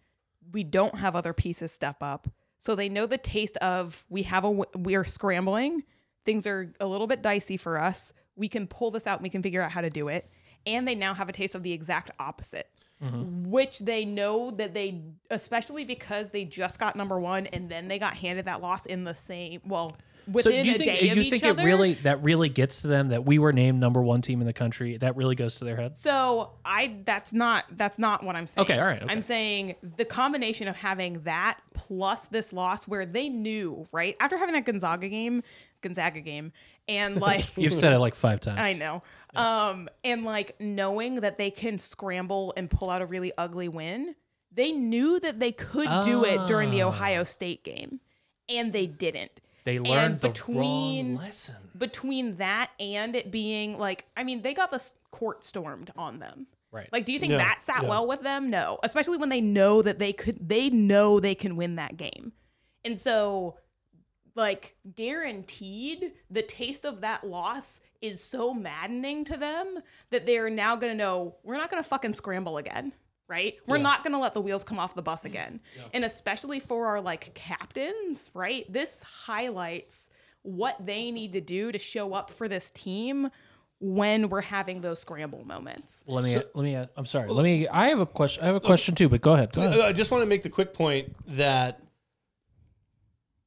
[SPEAKER 2] we don't have other pieces step up. So they know the taste of we have a w- we are scrambling, things are a little bit dicey for us. We can pull this out, and we can figure out how to do it. And they now have a taste of the exact opposite,
[SPEAKER 3] Mm-hmm.
[SPEAKER 2] which they know that they, especially because they just got number one and then they got handed that loss in the same, well, within
[SPEAKER 3] do you
[SPEAKER 2] a
[SPEAKER 3] think
[SPEAKER 2] day of
[SPEAKER 3] you
[SPEAKER 2] each
[SPEAKER 3] think
[SPEAKER 2] other.
[SPEAKER 3] it really that really gets to them that we were named number one team in the country? That really goes to their heads.
[SPEAKER 2] So I that's not that's not what I'm saying.
[SPEAKER 3] Okay, all right, okay.
[SPEAKER 2] I'm saying the combination of having that plus this loss where they knew, right? After having that Gonzaga game, Gonzaga game, and like
[SPEAKER 3] You've said it like five times.
[SPEAKER 2] I know. Um, and like knowing that they can scramble and pull out a really ugly win, they knew that they could do it during the
[SPEAKER 3] Ah.
[SPEAKER 2] Ohio State game, and they didn't.
[SPEAKER 3] They
[SPEAKER 2] And
[SPEAKER 3] learned the
[SPEAKER 2] between-
[SPEAKER 3] wrong lesson.
[SPEAKER 2] Between that and it being like, I mean, they got the s- court stormed on them.
[SPEAKER 3] Right.
[SPEAKER 2] Like, do you think
[SPEAKER 1] Yeah,
[SPEAKER 2] that sat
[SPEAKER 1] yeah.
[SPEAKER 2] well with them? No, especially when they know that they could, they know they can win that game. And so, like, guaranteed the taste of that loss is so maddening to them that they are now going to know we're not going to fucking scramble again. Right? We're not going to let the wheels come off the bus again. And especially for our like captains, right? This highlights what they need to do to show up for this team when we're having those scramble moments.
[SPEAKER 3] let me let me I'm sorry. Let me I have a question I have a question too, but go ahead. Go ahead.
[SPEAKER 1] I I just want to make the uh, quick point that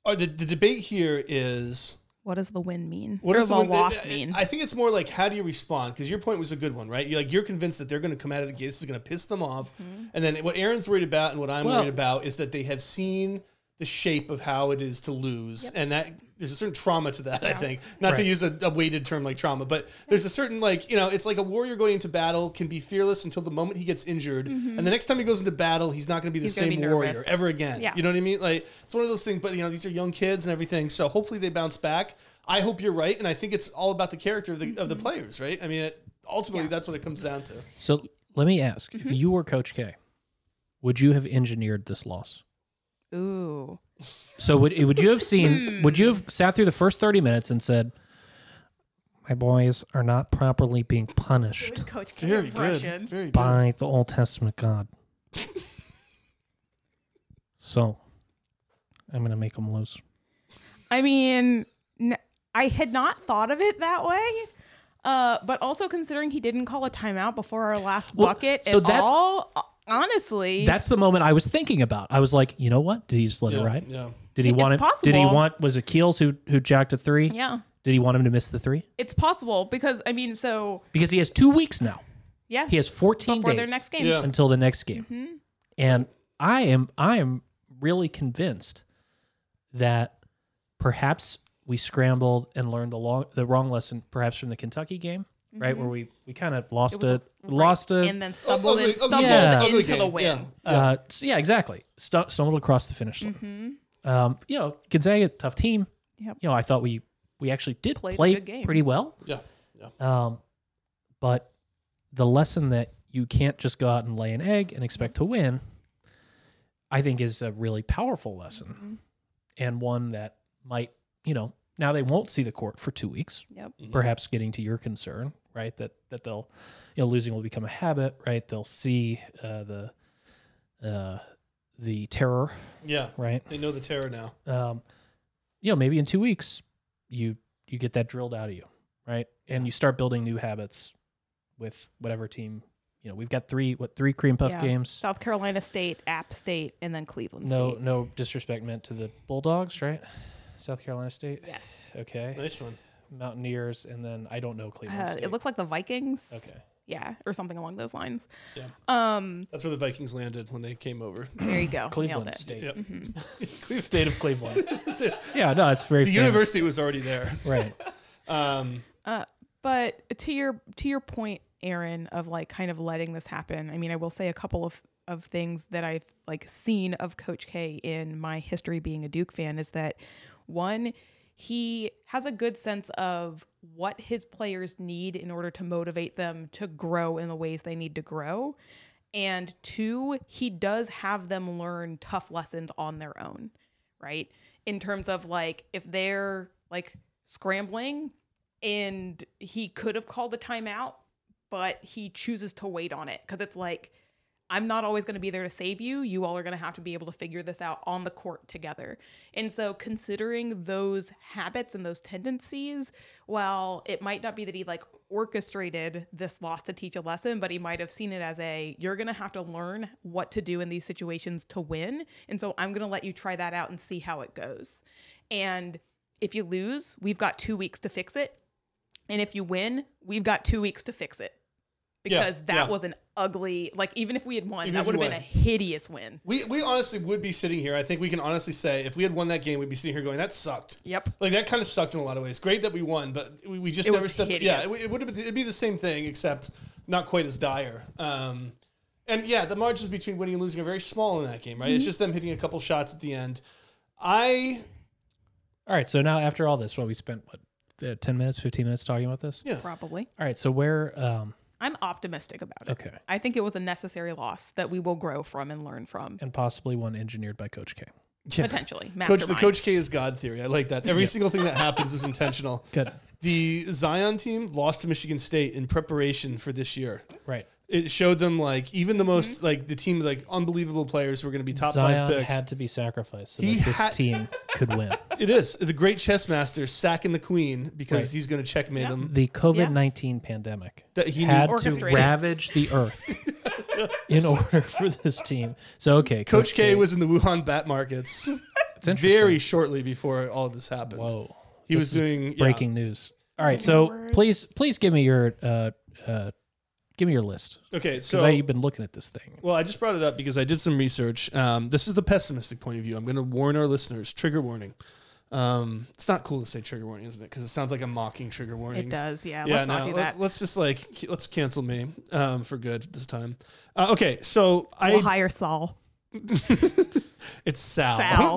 [SPEAKER 1] or the, the debate here is
[SPEAKER 2] What does the win mean?
[SPEAKER 1] What
[SPEAKER 2] Or
[SPEAKER 1] does the
[SPEAKER 2] the
[SPEAKER 1] win-
[SPEAKER 2] loss
[SPEAKER 1] I-
[SPEAKER 2] mean?
[SPEAKER 1] I think it's more like how do you respond? Because your point was a good one, right? You're like you're convinced that they're going to come out of the gate. This is going to piss them off.
[SPEAKER 2] Mm-hmm.
[SPEAKER 1] And then what Aaron's worried about and what I'm
[SPEAKER 3] Well-
[SPEAKER 1] worried about is that they have seen the shape of how it is to lose, and that there's a certain trauma to that. I think not to
[SPEAKER 3] Right.
[SPEAKER 1] use a, a weighted term like trauma, but there's a certain like you know it's like a warrior going into battle can be fearless until the moment he gets injured, and the next time he goes into battle, he's not going to be the
[SPEAKER 2] Mm-hmm. He's gonna be
[SPEAKER 1] same warrior
[SPEAKER 2] nervous.
[SPEAKER 1] ever again.
[SPEAKER 2] Yeah.
[SPEAKER 1] You know what I mean? Like it's one of those things, but you know, these are young kids and everything, so hopefully they bounce back. I hope you're right, and I think it's all about the character of the of the
[SPEAKER 2] Mm-hmm.
[SPEAKER 1] players, right? I mean, it, ultimately that's what it comes down to.
[SPEAKER 3] So let me ask:
[SPEAKER 2] Mm-hmm.
[SPEAKER 3] If you were Coach K, would you have engineered this loss?
[SPEAKER 2] Ooh.
[SPEAKER 3] So would would you have
[SPEAKER 2] Hmm.
[SPEAKER 3] seen? would you have sat through the first thirty minutes and said, "My boys are not properly being punished
[SPEAKER 2] Coach K impression.
[SPEAKER 1] Very
[SPEAKER 3] by the Old Testament God"? so I'm gonna make them lose.
[SPEAKER 2] I mean, n- I had not thought of it that way. Uh, but also considering he didn't call a timeout before our last
[SPEAKER 3] Well,
[SPEAKER 2] bucket
[SPEAKER 3] so
[SPEAKER 2] at
[SPEAKER 3] that's-
[SPEAKER 2] all, uh, honestly,
[SPEAKER 3] That's the moment I was thinking about. I was like, you know what? Did he just let
[SPEAKER 1] Yeah,
[SPEAKER 3] it ride?
[SPEAKER 1] yeah.
[SPEAKER 3] Did he
[SPEAKER 2] It's
[SPEAKER 3] want it? Did he
[SPEAKER 2] possible.
[SPEAKER 3] want was it Keels who who jacked a three?
[SPEAKER 2] yeah,
[SPEAKER 3] Did he want him to miss the three?
[SPEAKER 2] it's possible because I mean, so
[SPEAKER 3] Because he has two weeks now.
[SPEAKER 2] yeah,
[SPEAKER 3] He has fourteen
[SPEAKER 2] before
[SPEAKER 3] days
[SPEAKER 2] their next Mm-hmm. game.
[SPEAKER 1] Yeah.
[SPEAKER 3] until the next game. And I am I am really convinced that perhaps we scrambled and learned the long the wrong lesson, perhaps from the Kentucky game, right? Where we we kind of lost
[SPEAKER 2] Mm-hmm. was
[SPEAKER 3] it, lost it.
[SPEAKER 2] and then stumbled,
[SPEAKER 1] Ugly-
[SPEAKER 2] and
[SPEAKER 1] ugly
[SPEAKER 2] stumbled
[SPEAKER 1] game.
[SPEAKER 3] Yeah.
[SPEAKER 1] Ugly
[SPEAKER 2] into the
[SPEAKER 1] oh, game,
[SPEAKER 2] win.
[SPEAKER 1] yeah.
[SPEAKER 3] Uh, so yeah, exactly. Stu- stumbled across the finish line. Um, you know, Gonzaga, tough team.
[SPEAKER 2] Mm-hmm. Yep.
[SPEAKER 3] You know, I thought we we actually did
[SPEAKER 2] Played a
[SPEAKER 3] play
[SPEAKER 2] good game.
[SPEAKER 3] pretty well.
[SPEAKER 1] Yeah. Yeah.
[SPEAKER 3] Um, but the lesson that you can't just go out and lay an egg and expect to win, I think, is a really powerful lesson, and one that might, you know, now they won't see the court for two weeks.
[SPEAKER 2] Yep.
[SPEAKER 3] Perhaps getting to your concern, right? That that they'll, you know, losing will become a habit, right? They'll see uh, the uh, the terror,
[SPEAKER 1] Yeah.
[SPEAKER 3] right?
[SPEAKER 1] They know the terror now.
[SPEAKER 3] um, you know, maybe in two weeks you you get that drilled out of you, right? And you start building new habits with whatever team. You know, we've got three what three cream puff
[SPEAKER 2] Yeah.
[SPEAKER 3] games.
[SPEAKER 2] South Carolina State, App State, and then Cleveland
[SPEAKER 3] No,
[SPEAKER 2] State.
[SPEAKER 3] no disrespect meant to the Bulldogs, right? South Carolina State.
[SPEAKER 2] Yes.
[SPEAKER 3] Okay.
[SPEAKER 1] Nice one.
[SPEAKER 3] Mountaineers, and then I don't know Cleveland
[SPEAKER 2] Uh,
[SPEAKER 3] State.
[SPEAKER 2] it looks like the Vikings.
[SPEAKER 3] okay.
[SPEAKER 2] Yeah, or something along those lines.
[SPEAKER 1] Yeah.
[SPEAKER 2] Um,
[SPEAKER 1] That's where the Vikings landed when they came over.
[SPEAKER 2] there you go. Nailed
[SPEAKER 3] Cleveland
[SPEAKER 2] it.
[SPEAKER 3] State.
[SPEAKER 1] Yep.
[SPEAKER 3] State of Cleveland. yeah, no, it's very
[SPEAKER 1] The
[SPEAKER 3] famous.
[SPEAKER 1] university was already there.
[SPEAKER 3] Right.
[SPEAKER 1] Um,
[SPEAKER 2] but to your to your point aaron of like kind of letting this happen i mean i will say a couple of of things that i've like seen of coach k in my history being a duke fan is that one he has a good sense of what his players need in order to motivate them to grow in the ways they need to grow and two he does have them learn tough lessons on their own right? In terms of like if they're like scrambling and he could have called a timeout, but he chooses to wait on it because it's like, I'm not always going to be there to save you. You all are going to have to be able to figure this out on the court together. And so, considering those habits and those tendencies, while it might not be that he like orchestrated this loss to teach a lesson, but he might have seen it as a you're going to have to learn what to do in these situations to win. And so, I'm going to let you try that out and see how it goes. And if you lose, we've got two weeks to fix it. And if you win, we've got two weeks to fix it.
[SPEAKER 1] Yeah,
[SPEAKER 2] Because that
[SPEAKER 1] yeah.
[SPEAKER 2] was an ugly, like, even if we had won,
[SPEAKER 1] Even if
[SPEAKER 2] that would
[SPEAKER 1] you
[SPEAKER 2] have
[SPEAKER 1] won.
[SPEAKER 2] been a hideous win.
[SPEAKER 1] we, we honestly would be sitting here. I think we can honestly say if we had won that game, we'd be sitting here going, that sucked.
[SPEAKER 2] Yep.
[SPEAKER 1] Like that kind of sucked in a lot of ways. Great that we won, but we, we just
[SPEAKER 2] It was
[SPEAKER 1] never stepped. Yeah,
[SPEAKER 2] hideous.
[SPEAKER 1] it, would have it'd be the same thing except not quite as dire. Um, and yeah, the margins between winning and losing are very small in that game, right?
[SPEAKER 2] Mm-hmm.
[SPEAKER 1] It's just them hitting a couple shots at the end. I
[SPEAKER 3] All right. So now after all this, what we spent what uh, ten minutes, fifteen minutes talking about this.
[SPEAKER 1] Yeah.
[SPEAKER 2] Probably.
[SPEAKER 3] All right. So where? Um,
[SPEAKER 2] I'm optimistic about it.
[SPEAKER 3] okay.
[SPEAKER 2] I think it was a necessary loss that we will grow from and learn from,
[SPEAKER 3] and possibly one engineered by Coach K.
[SPEAKER 2] potentially.
[SPEAKER 1] coach the
[SPEAKER 2] Mastermind.
[SPEAKER 1] coach K is God theory. I like that. Every single thing that happens is intentional.
[SPEAKER 3] Good.
[SPEAKER 1] The Zion team lost to Michigan State in preparation for this year.
[SPEAKER 3] Right.
[SPEAKER 1] It showed them like even the most
[SPEAKER 2] Mm-hmm.
[SPEAKER 1] like the team with, like unbelievable players who were going to be top five
[SPEAKER 3] Zion
[SPEAKER 1] picks.
[SPEAKER 3] had to be sacrificed so
[SPEAKER 1] He
[SPEAKER 3] that this
[SPEAKER 1] had-
[SPEAKER 3] team could win.
[SPEAKER 1] It is. It's a great chess master sacking the queen because
[SPEAKER 3] Right.
[SPEAKER 1] he's going to checkmate him.
[SPEAKER 3] The COVID nineteen pandemic
[SPEAKER 1] That he
[SPEAKER 3] had
[SPEAKER 1] knew-
[SPEAKER 3] to
[SPEAKER 2] Orchestrated.
[SPEAKER 3] ravage the earth in order for this team. So okay,
[SPEAKER 1] Coach K was in the Wuhan bat markets
[SPEAKER 3] it's interesting.
[SPEAKER 1] very shortly before all this happened.
[SPEAKER 3] whoa.
[SPEAKER 1] He was
[SPEAKER 3] This is
[SPEAKER 1] doing yeah.
[SPEAKER 3] breaking news. All right, so
[SPEAKER 2] word.
[SPEAKER 3] please, please give me your, uh, uh, give me your list
[SPEAKER 1] Okay,
[SPEAKER 3] because
[SPEAKER 1] so
[SPEAKER 3] I've been looking at this thing.
[SPEAKER 1] Well, I just brought it up because I did some research. Um, this is the pessimistic point of view. I'm going to warn our listeners. Trigger warning. Um, it's not cool to say trigger warning, isn't it? Because it sounds like I'm mocking trigger warnings.
[SPEAKER 2] It does, yeah.
[SPEAKER 1] Yeah,
[SPEAKER 2] let's
[SPEAKER 1] no.
[SPEAKER 2] not do
[SPEAKER 1] let's,
[SPEAKER 2] that.
[SPEAKER 1] let's just like c- let's cancel me um, for good this time. Uh, okay, so I
[SPEAKER 2] We'll hire Saul.
[SPEAKER 1] it's Sal.
[SPEAKER 2] Sal,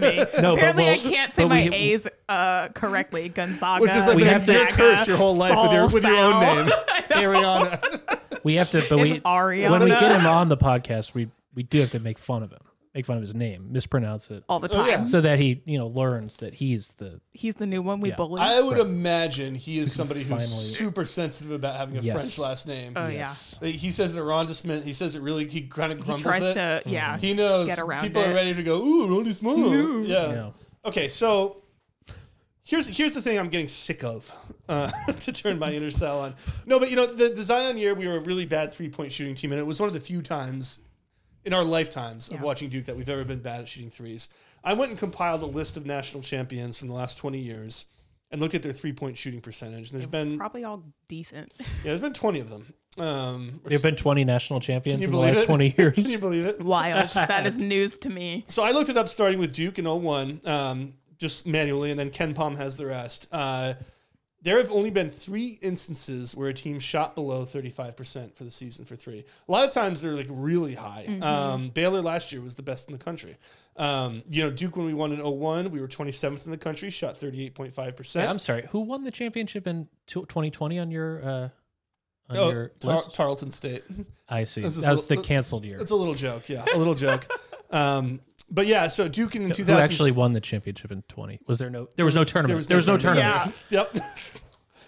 [SPEAKER 2] me.
[SPEAKER 3] No, but
[SPEAKER 2] Apparently, I
[SPEAKER 3] we'll-
[SPEAKER 2] can't say
[SPEAKER 3] but
[SPEAKER 2] my
[SPEAKER 3] we-
[SPEAKER 2] A's uh, correctly. Gonzaga.
[SPEAKER 1] Which is like
[SPEAKER 3] We
[SPEAKER 1] been
[SPEAKER 3] have
[SPEAKER 1] a
[SPEAKER 3] to-
[SPEAKER 1] your curse your whole life with your with your own name, Ariana.
[SPEAKER 3] We have to, but we
[SPEAKER 2] It's Ariana.
[SPEAKER 3] when we get him on the podcast, we we do have to make fun of him, make fun of his name, mispronounce it,
[SPEAKER 2] all the
[SPEAKER 1] Oh,
[SPEAKER 2] time.
[SPEAKER 1] yeah.
[SPEAKER 3] so that he you know learns that he's the
[SPEAKER 2] He's the new one we
[SPEAKER 3] Yeah.
[SPEAKER 2] bully.
[SPEAKER 1] I would imagine he is somebody who's
[SPEAKER 3] Finally.
[SPEAKER 1] super sensitive about having a
[SPEAKER 3] Yes.
[SPEAKER 1] French last name.
[SPEAKER 2] oh
[SPEAKER 3] yes.
[SPEAKER 1] He says an arrondissement. He says it really. He kind of
[SPEAKER 2] yeah. He
[SPEAKER 1] grumbles
[SPEAKER 2] tries
[SPEAKER 1] it. Mm-hmm.
[SPEAKER 2] to yeah.
[SPEAKER 1] He knows
[SPEAKER 2] get around
[SPEAKER 1] people
[SPEAKER 2] it.
[SPEAKER 1] are ready to go. Ooh, Ronnie Small. Yeah.
[SPEAKER 3] Yeah.
[SPEAKER 1] Okay, so here's here's the thing I'm getting sick of uh, to turn my inner cell on. No, but you know the, the Zion year we were a really bad three point shooting team, and it was one of the few times in our lifetimes of
[SPEAKER 2] Yeah.
[SPEAKER 1] watching Duke that we've ever been bad at shooting threes. I went and compiled a list of national champions from the last 20 years and looked at their three point shooting percentage. And there's been yeah,
[SPEAKER 2] probably all decent.
[SPEAKER 1] there's been 20 of them. Um, or
[SPEAKER 3] There have been 20 national
[SPEAKER 1] can
[SPEAKER 3] champions
[SPEAKER 1] you
[SPEAKER 3] in the
[SPEAKER 1] believe
[SPEAKER 3] last
[SPEAKER 1] it?
[SPEAKER 3] 20 years.
[SPEAKER 1] Can you believe it?
[SPEAKER 2] Wild. that is news to me.
[SPEAKER 1] So I looked it up starting with Duke in 01, um, just manually, and then Ken Palm has the rest. Uh, there have only been three instances where a team shot below 35% for the season for three. A lot of times they're like really high. Um, Baylor last year was the best in the country. Um, you know, Duke, when we won in 01, we were 27th in the country, shot 38.5%.
[SPEAKER 3] Yeah, I'm sorry. Who won the championship in tw- 2020 on your uh, on
[SPEAKER 1] oh,
[SPEAKER 3] your
[SPEAKER 1] Tar-
[SPEAKER 3] list?
[SPEAKER 1] Tarleton State.
[SPEAKER 3] I see.
[SPEAKER 1] this is
[SPEAKER 3] That was
[SPEAKER 1] a-
[SPEAKER 3] the canceled year.
[SPEAKER 1] It's a little joke. Yeah, a little joke. Um, but yeah, so Duke in
[SPEAKER 3] Who
[SPEAKER 1] 2000.
[SPEAKER 3] actually won the championship in 20? Was there no? There was no tournament. There was no, tournament.
[SPEAKER 2] tournament.
[SPEAKER 1] Yep.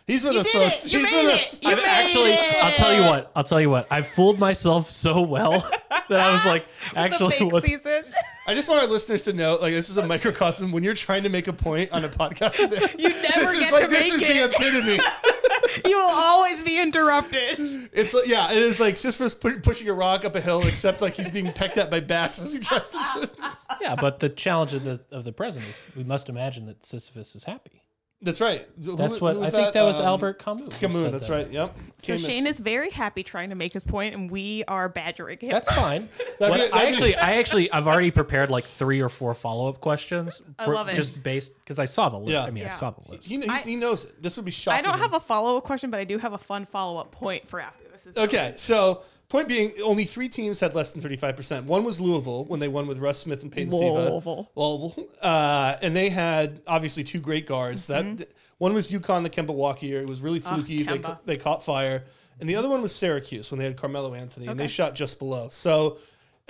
[SPEAKER 1] He's with us,
[SPEAKER 2] did it.
[SPEAKER 1] folks.
[SPEAKER 2] You
[SPEAKER 1] He's
[SPEAKER 2] made
[SPEAKER 1] with
[SPEAKER 2] it.
[SPEAKER 1] us.
[SPEAKER 2] You
[SPEAKER 3] I've
[SPEAKER 2] made
[SPEAKER 3] actually,
[SPEAKER 2] it.
[SPEAKER 3] I'll tell you what. I'll tell you what. I fooled myself so well that I was like,
[SPEAKER 2] the
[SPEAKER 3] actually,
[SPEAKER 2] fake
[SPEAKER 3] what?
[SPEAKER 2] season.
[SPEAKER 1] I just want our listeners to know, like, this is a microcosm. When you're trying to make a point on a podcast,
[SPEAKER 2] You never
[SPEAKER 1] this
[SPEAKER 2] get
[SPEAKER 1] is
[SPEAKER 2] to
[SPEAKER 1] like this
[SPEAKER 2] make
[SPEAKER 1] is the
[SPEAKER 2] it.
[SPEAKER 1] epitome.
[SPEAKER 2] you will always be interrupted.
[SPEAKER 1] It's like, yeah, it is like Sisyphus pu- pushing a rock up a hill, except like he's being pecked at by bats as he tries to. do it.
[SPEAKER 3] Yeah, but the challenge of the of the present is we must imagine that Sisyphus is happy.
[SPEAKER 1] That's right. Who-
[SPEAKER 3] That's
[SPEAKER 1] who
[SPEAKER 3] what I
[SPEAKER 1] was
[SPEAKER 3] think. That was
[SPEAKER 1] Um,
[SPEAKER 3] Albert Camus. who
[SPEAKER 1] Camus.
[SPEAKER 3] said
[SPEAKER 1] That's
[SPEAKER 3] that.
[SPEAKER 1] right. Yep.
[SPEAKER 2] So
[SPEAKER 1] Camus.
[SPEAKER 2] Shane is very happy trying to make his point, and we are badgering him.
[SPEAKER 3] That's fine.
[SPEAKER 1] That'd
[SPEAKER 3] What-
[SPEAKER 1] be- that'd
[SPEAKER 3] I
[SPEAKER 1] be-
[SPEAKER 3] actually, I actually, I've already prepared like three or four follow up questions.
[SPEAKER 2] I love it.
[SPEAKER 3] Just based because I saw the list.
[SPEAKER 1] Yeah.
[SPEAKER 3] I mean,
[SPEAKER 2] Yeah.
[SPEAKER 3] I saw the list.
[SPEAKER 1] He, he's-
[SPEAKER 2] I-
[SPEAKER 1] he knows it. This would be shocking.
[SPEAKER 2] I don't have a follow up question, but I do have a fun follow up point for after this. Is
[SPEAKER 1] Okay, so point being, only three teams had less than thirty-five percent. One was Louisville when they won with Russ Smith and Peyton Siva.
[SPEAKER 2] Louisville.
[SPEAKER 1] Louisville, uh, and they had obviously two great guards. That one was UConn, the Kemba Walker year. It was really fluky. they,
[SPEAKER 2] Mm-hmm. Ah, Kemba.
[SPEAKER 1] they caught fire, and the other one was Syracuse when they had Carmelo Anthony, and they
[SPEAKER 2] Okay.
[SPEAKER 1] shot just below. So.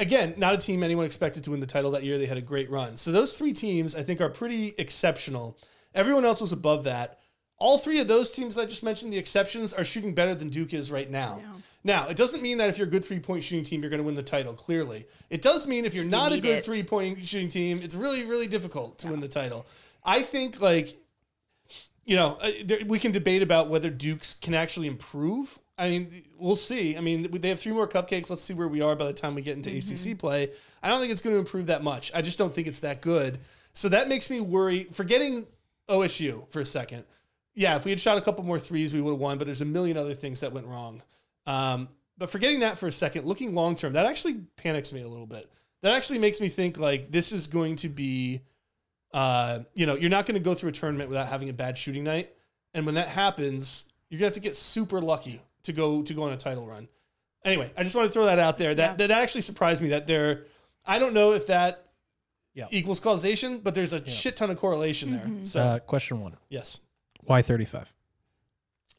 [SPEAKER 1] Again, not a team anyone expected to win the title that year. They had a great run. So those three teams, I think, are pretty exceptional. Everyone else was above that. All three of those teams that I just mentioned, the exceptions, are shooting better than Duke is right now. Now, it doesn't mean that if you're a good three point shooting team, you're going to win the title, clearly. It does mean if you're not a
[SPEAKER 2] need
[SPEAKER 1] good
[SPEAKER 2] it.
[SPEAKER 1] three point shooting team, it's really, really difficult to win the title. I think, like, you know, uh, there, we can debate about whether Dukes can actually improve. I mean, we'll see. I mean, they have three more cupcakes. Let's see where we are by the time we get into
[SPEAKER 2] Mm-hmm.
[SPEAKER 1] ACC play. I don't think it's going to improve that much. I just don't think it's that good. So that makes me worry. Forgetting OSU for a second. Yeah, if we had shot a couple more threes, we would have won. But there's a million other things that went wrong. Um, but forgetting that for a second, looking long term, that actually panics me a little bit. That actually makes me think like this is going to be uh, you know, you're not going to go through a tournament without having a bad shooting night. And when that happens, you're going to have to get super lucky to go to go on a title run. Anyway, I just want to throw that out there. That that actually surprised me that there. I don't know if that
[SPEAKER 3] Yeah.
[SPEAKER 1] equals causation, but there's a shit ton of correlation there. So
[SPEAKER 3] Uh, question one:
[SPEAKER 1] yes.
[SPEAKER 3] Why thirty five?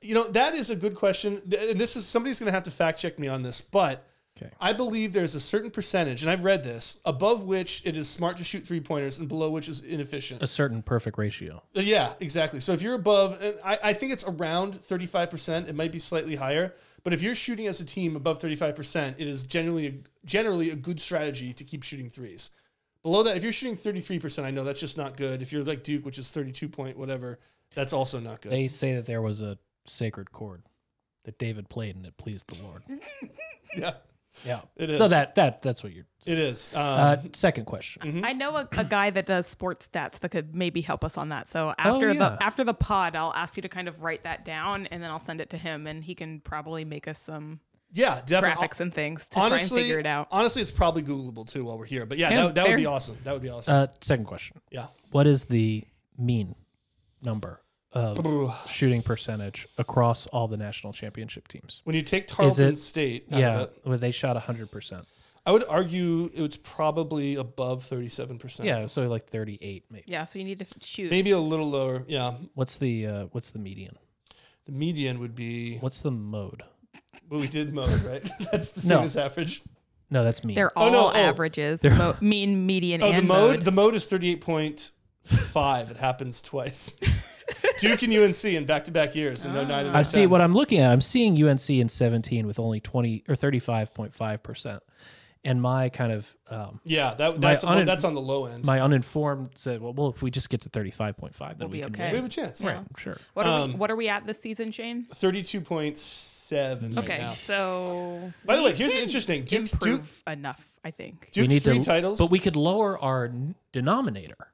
[SPEAKER 1] You know, that is a good question. Th- And this is somebody's going to have to fact check me on this, but
[SPEAKER 3] Okay.
[SPEAKER 1] I believe there's a certain percentage, and I've read this, above which it is smart to shoot three pointers and below which is inefficient.
[SPEAKER 3] A certain perfect ratio.
[SPEAKER 1] Uh, Yeah, exactly. So if you're above, and I, I think it's around 35%, it might be slightly higher, but if you're shooting as a team above 35%, it is generally a, generally a good strategy to keep shooting threes. Below that, if you're shooting 33%, I know that's just not good. If you're like Duke, which is 32 point whatever, that's also not good.
[SPEAKER 3] They say that there was a sacred chord that David played and it pleased the Lord.
[SPEAKER 1] yeah.
[SPEAKER 3] Yeah.
[SPEAKER 1] It
[SPEAKER 3] So
[SPEAKER 1] is.
[SPEAKER 3] that that that's what you're.
[SPEAKER 1] It is. Um,
[SPEAKER 3] Uh, second
[SPEAKER 1] Mm-hmm.
[SPEAKER 3] question.
[SPEAKER 2] I know a, a guy that does sports stats that could maybe help us on that. So after
[SPEAKER 3] Oh, yeah.
[SPEAKER 2] the after the pod, I'll ask you to kind of write that down, and then I'll send it to him, and he can probably make us some
[SPEAKER 1] yeah, definitely.
[SPEAKER 2] graphics and things to try and figure it out.
[SPEAKER 1] Honestly, it's probably Googleable too while we're here. But yeah,
[SPEAKER 3] Yeah,
[SPEAKER 1] that, that would be
[SPEAKER 2] fair.
[SPEAKER 1] awesome. That would be awesome.
[SPEAKER 3] Uh, second question.
[SPEAKER 1] yeah.
[SPEAKER 3] What is the mean number of shooting percentage across all the national championship teams?
[SPEAKER 1] When you take Tarleton State, out of
[SPEAKER 3] yeah,
[SPEAKER 1] it,
[SPEAKER 3] well, they shot hundred percent.
[SPEAKER 1] I would argue it's probably above 37%.
[SPEAKER 3] Yeah, so like thirty-eight maybe.
[SPEAKER 2] Yeah, so you need to f- shoot.
[SPEAKER 1] Maybe a little lower. Yeah.
[SPEAKER 3] What's the uh, what's the median?
[SPEAKER 1] The median would be
[SPEAKER 3] What's the mode?
[SPEAKER 1] what we did mode, right? That's the same
[SPEAKER 3] No.
[SPEAKER 1] as average.
[SPEAKER 3] No, that's mean.
[SPEAKER 2] They're all
[SPEAKER 1] Oh, no, oh.
[SPEAKER 2] averages, mo- mean, median,
[SPEAKER 1] Oh,
[SPEAKER 2] and
[SPEAKER 1] the mode, The mode is thirty-eight point five. it happens twice. Duke and UNC in back-to-back years,
[SPEAKER 2] Ah.
[SPEAKER 1] and no nine. and
[SPEAKER 3] I
[SPEAKER 1] no
[SPEAKER 3] see
[SPEAKER 1] 10.
[SPEAKER 3] what I'm looking at. I'm seeing UNC in 17 with only 20 or 35.5 percent, and my kind of um,
[SPEAKER 1] Yeah, that,
[SPEAKER 3] My
[SPEAKER 1] that's on,
[SPEAKER 3] unin-
[SPEAKER 1] that's on the low end.
[SPEAKER 3] my uninformed said, well, well, if we just get to 35.5, then
[SPEAKER 2] We'll
[SPEAKER 3] we
[SPEAKER 2] be
[SPEAKER 3] can
[SPEAKER 2] okay.
[SPEAKER 1] we
[SPEAKER 3] win.
[SPEAKER 1] have a chance.
[SPEAKER 3] Right, sure.
[SPEAKER 2] what, are we,
[SPEAKER 1] um,
[SPEAKER 2] what are we at this season, Shane?
[SPEAKER 1] Thirty-two point seven.
[SPEAKER 2] Okay, so
[SPEAKER 1] By the
[SPEAKER 2] we
[SPEAKER 1] way, here's
[SPEAKER 2] can
[SPEAKER 1] interesting. Duke's Duke,
[SPEAKER 2] improve enough, I think,
[SPEAKER 3] we
[SPEAKER 1] Duke's
[SPEAKER 3] need
[SPEAKER 1] three
[SPEAKER 3] to,
[SPEAKER 1] titles,
[SPEAKER 3] but we could lower our n- denominator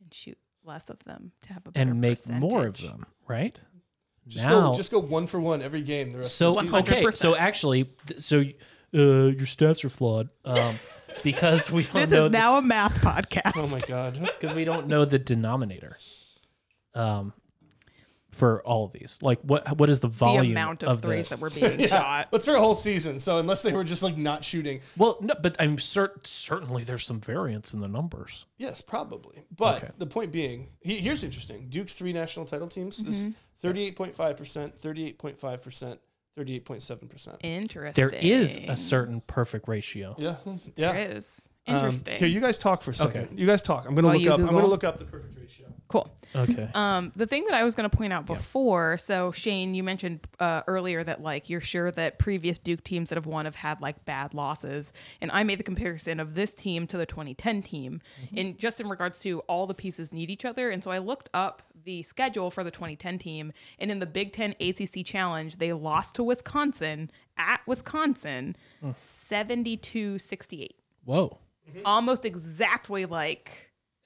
[SPEAKER 2] and shoot less of them to have a better
[SPEAKER 3] and make more of
[SPEAKER 2] percentage.
[SPEAKER 3] them, right?
[SPEAKER 1] just go just go one for one every game the rest
[SPEAKER 3] so
[SPEAKER 1] of the season.
[SPEAKER 3] okay, so actually, th- so uh, your stats are flawed um, because we don't
[SPEAKER 2] This
[SPEAKER 3] know
[SPEAKER 2] is
[SPEAKER 3] the-
[SPEAKER 2] now a math podcast.
[SPEAKER 1] Oh my god.
[SPEAKER 3] because we don't know the denominator um for all of these like what what is the
[SPEAKER 2] the
[SPEAKER 3] volume
[SPEAKER 2] amount of,
[SPEAKER 3] the-
[SPEAKER 2] threes that were being shot.
[SPEAKER 1] That's for a whole season. So unless they were just like not shooting,
[SPEAKER 3] well no but i'm certain certainly there's some variance in the numbers
[SPEAKER 1] yes, probably. But
[SPEAKER 3] Okay.
[SPEAKER 1] the point being, he, here's interesting. Duke's three national title teams:
[SPEAKER 2] Mm-hmm.
[SPEAKER 1] this thirty-eight point five percent, thirty-eight point five percent, thirty-eight point seven percent.
[SPEAKER 2] Interesting.
[SPEAKER 3] there is a certain perfect ratio
[SPEAKER 1] Yeah, yeah.
[SPEAKER 2] There is.
[SPEAKER 1] Um,
[SPEAKER 2] Interesting.
[SPEAKER 1] here, you guys talk for a second. You guys talk. I'm gonna
[SPEAKER 2] While
[SPEAKER 1] look
[SPEAKER 2] you
[SPEAKER 1] up. I'm
[SPEAKER 2] Google.
[SPEAKER 1] gonna look up the perfect ratio.
[SPEAKER 2] cool.
[SPEAKER 3] okay
[SPEAKER 2] Um, the thing that I was going to point out before, so Shane, you mentioned uh, earlier that like you're sure that previous Duke teams that have won have had like bad losses, and I made the comparison of this team to the 2010 team, in just in regards to all the pieces need each other, and so I looked up the schedule for the 2010 team, and in the Big Ten ACC Challenge, they lost to Wisconsin at Wisconsin, 72-68,
[SPEAKER 3] whoa
[SPEAKER 2] almost exactly like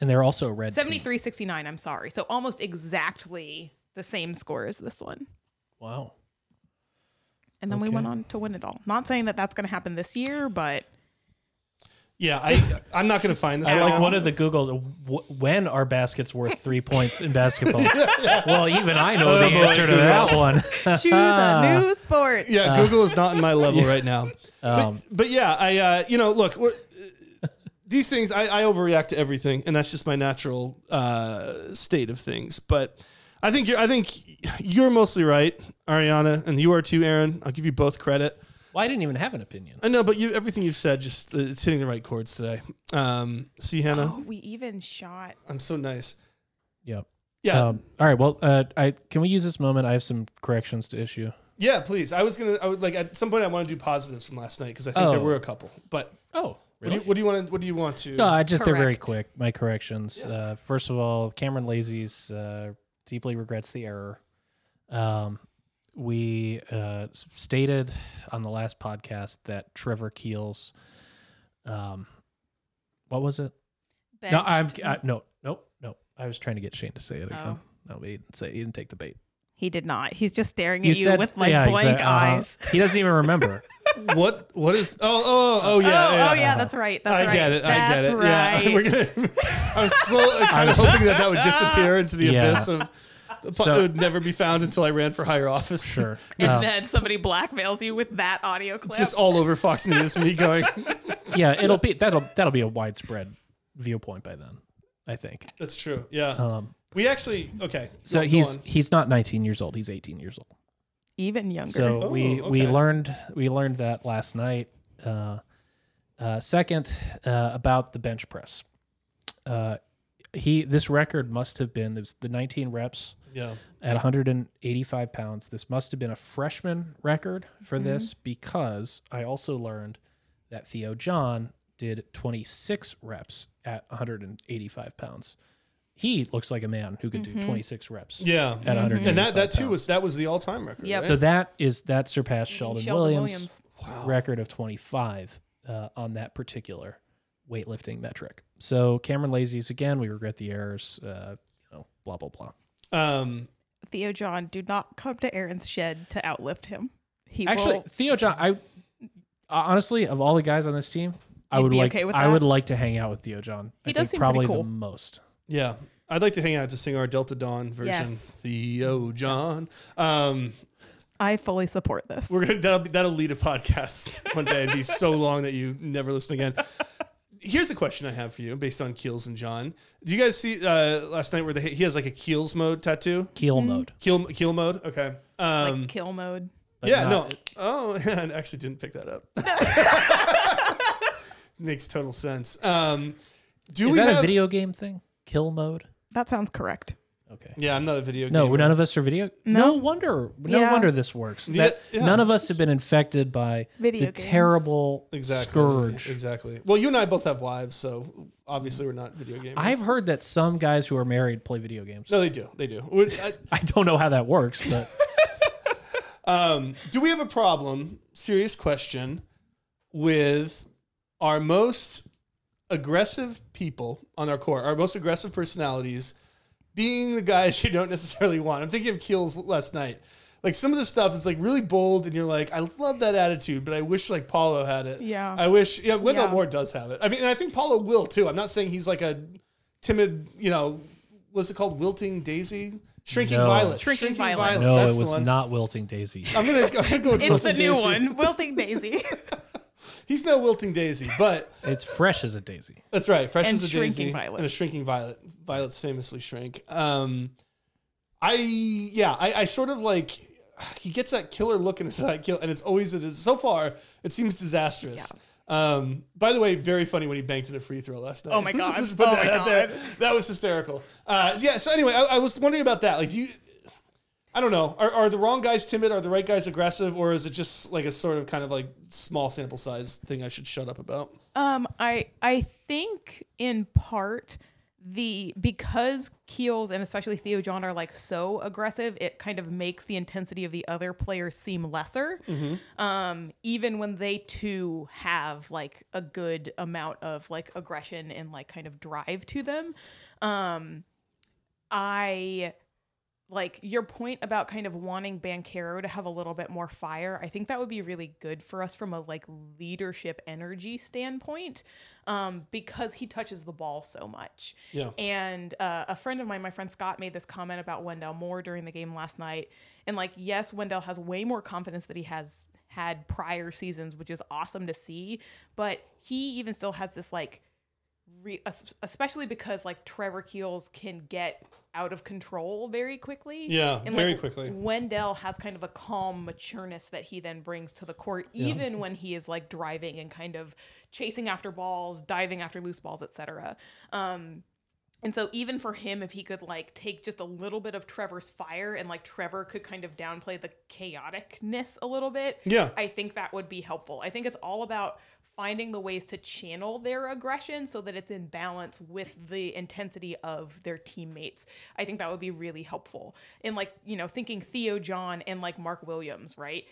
[SPEAKER 3] and they're also a red team.
[SPEAKER 2] 73 69 i'm sorry so almost exactly the same score as this one
[SPEAKER 3] wow
[SPEAKER 2] and then we went on to win it all not saying that that's going to happen this year but
[SPEAKER 1] Yeah, I I'm not gonna find this.
[SPEAKER 3] I
[SPEAKER 1] right
[SPEAKER 3] like
[SPEAKER 1] now.
[SPEAKER 3] one of the Google. wh- When are baskets worth three points in basketball? Well, even I know the
[SPEAKER 1] Oh, boy,
[SPEAKER 3] answer to that
[SPEAKER 1] Google.
[SPEAKER 3] one.
[SPEAKER 2] choose a new sport
[SPEAKER 1] Yeah, Google is not in my level right now.
[SPEAKER 3] Uh, Um,
[SPEAKER 1] but, but yeah, I uh, you know look. We're, uh, these things, I, I overreact to everything, and that's just my natural uh, state of things. But I think you're, I think you're mostly right, Ariana, and you are too, Aaron. I'll give you both credit.
[SPEAKER 3] well, I didn't even have an opinion.
[SPEAKER 1] I know, but you everything you've said just uh, it's hitting the right chords today. Um, see, Hannah,
[SPEAKER 2] Oh, we even shot
[SPEAKER 1] I'm so nice.
[SPEAKER 3] Yep.
[SPEAKER 1] Yeah,
[SPEAKER 3] Um, all right. Well, uh, I can we use this moment? I have some corrections to issue.
[SPEAKER 1] yeah. Please, I was gonna, I would like at some point I want to do positives from last night because I think there
[SPEAKER 3] Oh.
[SPEAKER 1] were a couple. But
[SPEAKER 3] Oh,
[SPEAKER 1] what do you, what do you want to? What do you want to?
[SPEAKER 3] no, I just they're very
[SPEAKER 2] Correct.
[SPEAKER 3] quick. My corrections. Uh, first of all, Cameron Lazy's uh, deeply regrets the error. Um, we uh, s- stated on the last podcast that Trevor Keels, um, what was it? No, I'm
[SPEAKER 2] benched.
[SPEAKER 3] I, no, no, no. I was trying to get Shane to say it again.
[SPEAKER 2] Oh.
[SPEAKER 3] No, he didn't say. He didn't take the bait.
[SPEAKER 2] he did not he's just staring at you
[SPEAKER 3] said-
[SPEAKER 2] with like
[SPEAKER 3] yeah,
[SPEAKER 2] blank
[SPEAKER 3] exact- uh,
[SPEAKER 2] eyes
[SPEAKER 3] he doesn't even remember.
[SPEAKER 1] what what is oh oh oh yeah
[SPEAKER 2] oh,
[SPEAKER 1] yeah,
[SPEAKER 2] oh yeah that's right that's
[SPEAKER 1] I
[SPEAKER 2] right
[SPEAKER 1] get it I get
[SPEAKER 2] that's
[SPEAKER 1] it
[SPEAKER 2] right
[SPEAKER 1] yeah we're gonna, I was slowly kind of hoping that that would disappear into the
[SPEAKER 3] Yeah.
[SPEAKER 1] abyss of the po-
[SPEAKER 3] So-
[SPEAKER 1] it would never be found until I ran for higher office
[SPEAKER 3] Sure.
[SPEAKER 2] and
[SPEAKER 3] Um,
[SPEAKER 2] then somebody blackmails you with that audio clip
[SPEAKER 1] just all over Fox News me going
[SPEAKER 3] yeah, it'll be that'll that'll be a widespread viewpoint by then. I think.
[SPEAKER 1] that's true yeah
[SPEAKER 3] Um,
[SPEAKER 1] we actually okay
[SPEAKER 3] So
[SPEAKER 1] go- go
[SPEAKER 3] he's
[SPEAKER 1] on.
[SPEAKER 3] he's not 19 years old. He's 18 years old.
[SPEAKER 2] even younger
[SPEAKER 3] So
[SPEAKER 1] Oh,
[SPEAKER 3] we we
[SPEAKER 1] okay.
[SPEAKER 3] learned we learned that last night. Uh, uh, second, uh, about the bench press. Uh, he this record must have been it was the 19 reps
[SPEAKER 1] yeah
[SPEAKER 3] at 185 pounds. This must have been a freshman record for
[SPEAKER 1] Mm-hmm.
[SPEAKER 3] this because I also learned that Theo John did 26 reps at 185 pounds. He looks like a man who can
[SPEAKER 1] Mm-hmm.
[SPEAKER 3] do 26 reps.
[SPEAKER 1] yeah
[SPEAKER 3] At 185
[SPEAKER 1] and that that too
[SPEAKER 3] pounds.
[SPEAKER 1] was that was the all time record
[SPEAKER 2] Mm-hmm. Yep.
[SPEAKER 1] right?
[SPEAKER 3] So that is that surpassed Sheldon,
[SPEAKER 2] Sheldon
[SPEAKER 3] Williams,
[SPEAKER 2] Williams.
[SPEAKER 3] record of 25 uh, on that particular weightlifting metric. So Cameron Lazy's again. We regret the errors. Uh, you know, blah blah blah.
[SPEAKER 1] Um,
[SPEAKER 2] Theo John, do not come to Aaron's shed to outlift him. He
[SPEAKER 3] Actually,
[SPEAKER 2] will.
[SPEAKER 3] Theo John, I uh, honestly of all the guys on this team, I
[SPEAKER 2] You'd
[SPEAKER 3] would
[SPEAKER 2] be
[SPEAKER 3] like
[SPEAKER 2] okay with
[SPEAKER 3] I
[SPEAKER 2] that?
[SPEAKER 3] would like to hang out with Theo John.
[SPEAKER 2] He
[SPEAKER 3] I
[SPEAKER 2] does
[SPEAKER 3] think
[SPEAKER 2] seem pretty
[SPEAKER 3] probably
[SPEAKER 2] cool.
[SPEAKER 3] the most.
[SPEAKER 1] yeah, I'd like to hang out to sing our Delta Dawn version.
[SPEAKER 2] Yes.
[SPEAKER 1] Theo John. Um,
[SPEAKER 2] I fully support this.
[SPEAKER 1] We're gonna that'll be, that'll lead a podcast one day and be so long that you never listen again. Here's a question I have for you, based on Keels and John. Do you guys see uh, last night where the, he has like a Keels mode tattoo?
[SPEAKER 3] Keel
[SPEAKER 2] Mm-hmm.
[SPEAKER 3] mode.
[SPEAKER 1] Keel Keel mode. Okay. Um,
[SPEAKER 2] like kill mode.
[SPEAKER 3] but
[SPEAKER 1] yeah.
[SPEAKER 3] not-
[SPEAKER 1] no. Oh, I actually didn't pick that up. Makes total sense. Um, do
[SPEAKER 3] Is
[SPEAKER 1] we
[SPEAKER 3] that
[SPEAKER 1] have
[SPEAKER 3] a video game thing? Kill mode.
[SPEAKER 2] That sounds correct.
[SPEAKER 3] Okay.
[SPEAKER 1] Yeah, I'm not a video.
[SPEAKER 3] No,
[SPEAKER 1] gamer.
[SPEAKER 3] none of us are video. No, wonder. No
[SPEAKER 2] Yeah.
[SPEAKER 3] wonder this works.
[SPEAKER 1] Yeah,
[SPEAKER 3] That-
[SPEAKER 1] yeah.
[SPEAKER 3] None of us have been infected by
[SPEAKER 2] Video
[SPEAKER 3] the
[SPEAKER 2] games.
[SPEAKER 3] terrible
[SPEAKER 1] exactly
[SPEAKER 3] scourge.
[SPEAKER 1] Exactly. Well, you and I both have wives, so obviously we're not video gamers.
[SPEAKER 3] I've heard that some guys who are married play video games.
[SPEAKER 1] No, they do. They do. Would- I-
[SPEAKER 3] I don't know how that works, but
[SPEAKER 1] Um, do we have a problem? Serious question with our most aggressive people on our core, our most aggressive personalities being the guys you don't necessarily want. I'm thinking of Keels last night. Like some of the stuff is like really bold, and you're like, I love that attitude, but I wish like Paulo had it.
[SPEAKER 2] Yeah.
[SPEAKER 1] I wish. Yeah, Wendell
[SPEAKER 2] Yeah.
[SPEAKER 1] Moore does have it. I mean, and I think Paulo will too. I'm not saying he's like a timid, you know, what's it called, wilting daisy, shrinking
[SPEAKER 3] No.
[SPEAKER 1] violet,
[SPEAKER 2] Shrinking violet.
[SPEAKER 3] no,
[SPEAKER 1] That's
[SPEAKER 3] it
[SPEAKER 1] the
[SPEAKER 3] was
[SPEAKER 1] one.
[SPEAKER 3] not wilting daisy.
[SPEAKER 1] I'm gonna, I'm gonna go with
[SPEAKER 2] It's
[SPEAKER 1] Wilting
[SPEAKER 2] the new
[SPEAKER 1] Daisy.
[SPEAKER 2] one, Wilting Daisy
[SPEAKER 1] He's no wilting daisy, but
[SPEAKER 3] It's fresh as a daisy.
[SPEAKER 1] that's right. Fresh
[SPEAKER 2] And
[SPEAKER 1] as a
[SPEAKER 2] shrinking
[SPEAKER 1] daisy
[SPEAKER 2] violet.
[SPEAKER 1] and a shrinking violet. Violets famously shrink. Um, I yeah, I, I sort of like he gets that killer look in his eye, kill, and it's always it is so far it seems disastrous. Um, by the way, very funny when he banked in a free throw last night.
[SPEAKER 2] Oh my
[SPEAKER 1] Let's
[SPEAKER 2] God.
[SPEAKER 1] just put
[SPEAKER 2] Oh
[SPEAKER 1] that
[SPEAKER 2] my
[SPEAKER 1] out there.
[SPEAKER 2] God.
[SPEAKER 1] That was hysterical. Uh, yeah. So anyway, I, I was wondering about that. Like, do you? I don't know. Are, are the wrong guys timid? Are the right guys aggressive? Or is it just like a sort of kind of like small sample size thing I should shut up about?
[SPEAKER 2] Um, I I think in part the because Keels and especially Theo John are like so aggressive, it kind of makes the intensity of the other players seem lesser. Um, even when they too have like a good amount of like aggression and like kind of drive to them. Um, I like your point about kind of wanting Bancaro to have a little bit more fire. I think that would be really good for us from a like leadership energy standpoint, um, because he touches the ball so much.
[SPEAKER 1] Yeah.
[SPEAKER 2] And uh, a friend of mine, my friend Scott, made this comment about Wendell Moore during the game last night. And like, yes, Wendell has way more confidence that he has had prior seasons, which is awesome to see. But he even still has this like re- es- especially because like Trevor Keels can get out of control very quickly.
[SPEAKER 1] Yeah,
[SPEAKER 2] And,
[SPEAKER 1] very
[SPEAKER 2] like,
[SPEAKER 1] quickly.
[SPEAKER 2] Wendell has kind of a calm matureness that he then brings to the court, even when he is like driving and kind of chasing after balls, diving after loose balls, etc. Um, and so even for him, if he could like take just a little bit of Trevor's fire and like Trevor could kind of downplay the chaoticness a little bit,
[SPEAKER 1] Yeah.
[SPEAKER 2] I think that would be helpful. I think it's all about finding the ways to channel their aggression so that it's in balance with the intensity of their teammates. I think that would be really helpful. And like, you know, thinking Theo John and like Mark Williams, right?